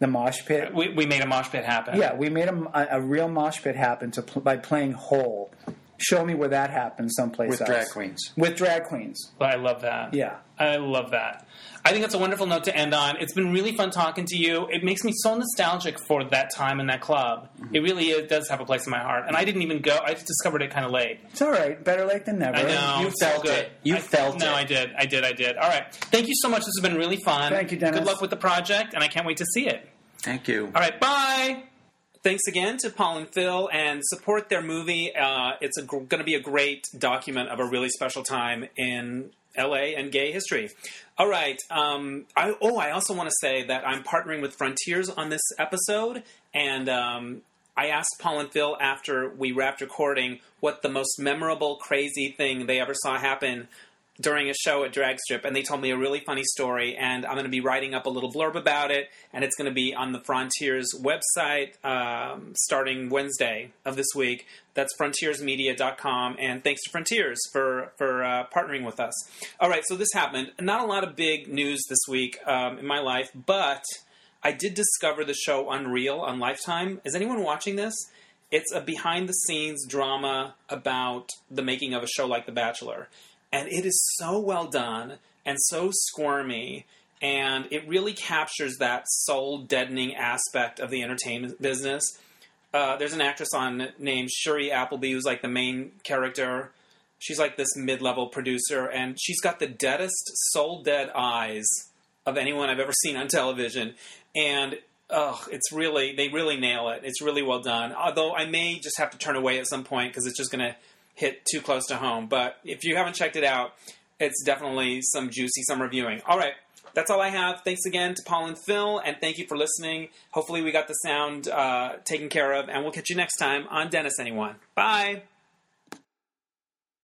[SPEAKER 2] the mosh pit?
[SPEAKER 1] We, we made a mosh pit happen.
[SPEAKER 2] Yeah, we made a, a- a real mosh pit happen to pl- by playing Hole. Show me where that happened someplace
[SPEAKER 3] With
[SPEAKER 2] else.
[SPEAKER 3] drag queens.
[SPEAKER 2] With drag queens.
[SPEAKER 1] But I love that.
[SPEAKER 2] Yeah.
[SPEAKER 1] I love that. I think that's a wonderful note to end on. It's been really fun talking to you. It makes me so nostalgic for that time in that club. It really is, does have a place in my heart. And I didn't even go, I just discovered it kind of late.
[SPEAKER 2] It's all right. Better late than never.
[SPEAKER 1] I know.
[SPEAKER 3] You
[SPEAKER 1] it's so
[SPEAKER 3] felt
[SPEAKER 1] good.
[SPEAKER 3] it. You
[SPEAKER 1] I-
[SPEAKER 3] felt
[SPEAKER 1] No,
[SPEAKER 3] it.
[SPEAKER 1] I did. I did. I did. All right. Thank you so much. This has been really fun.
[SPEAKER 2] Thank you, Dennis.
[SPEAKER 1] Good luck with the project, and I can't wait to see it.
[SPEAKER 3] Thank you.
[SPEAKER 1] All right. Bye.
[SPEAKER 5] Thanks again to Paul and Phil, and support their movie. Uh, it's going to be a great document of a really special time in LA and gay history. All right. Um, I, oh, I also want to say that I'm partnering with Frontiers on this episode, and um, I asked Paul and Phil after we wrapped recording what the most memorable, crazy thing they ever saw happen during a show at Drag Strip, and they told me a really funny story, and I'm going to be writing up a little blurb about it, and it's going to be on the Frontiers website um, starting Wednesday of this week. That's frontiersmedia.com, and thanks to Frontiers for for uh, partnering with us. All right, so this happened. Not a lot of big news this week um, in my life, but I did discover the show Unreal on Lifetime. Is anyone watching this? It's a behind the scenes drama about the making of a show like The Bachelor. And it is so well done and so squirmy. And it really captures that soul deadening aspect of the entertainment business. Uh, there's an actress on named Shuri Appleby who's like the main character. She's like this mid level producer, and she's got the deadest, soul dead eyes of anyone I've ever seen on television. And oh, it's really they really nail it. It's really well done. Although I may just have to turn away at some point because it's just going to hit too close to home. But if you haven't checked it out, it's definitely some juicy summer viewing. All right.
[SPEAKER 1] That's all I have. Thanks again to Paul and Phil, and thank you for listening. Hopefully, we got the sound uh, taken care of, and we'll catch you next time on Dennis Anyone. Bye.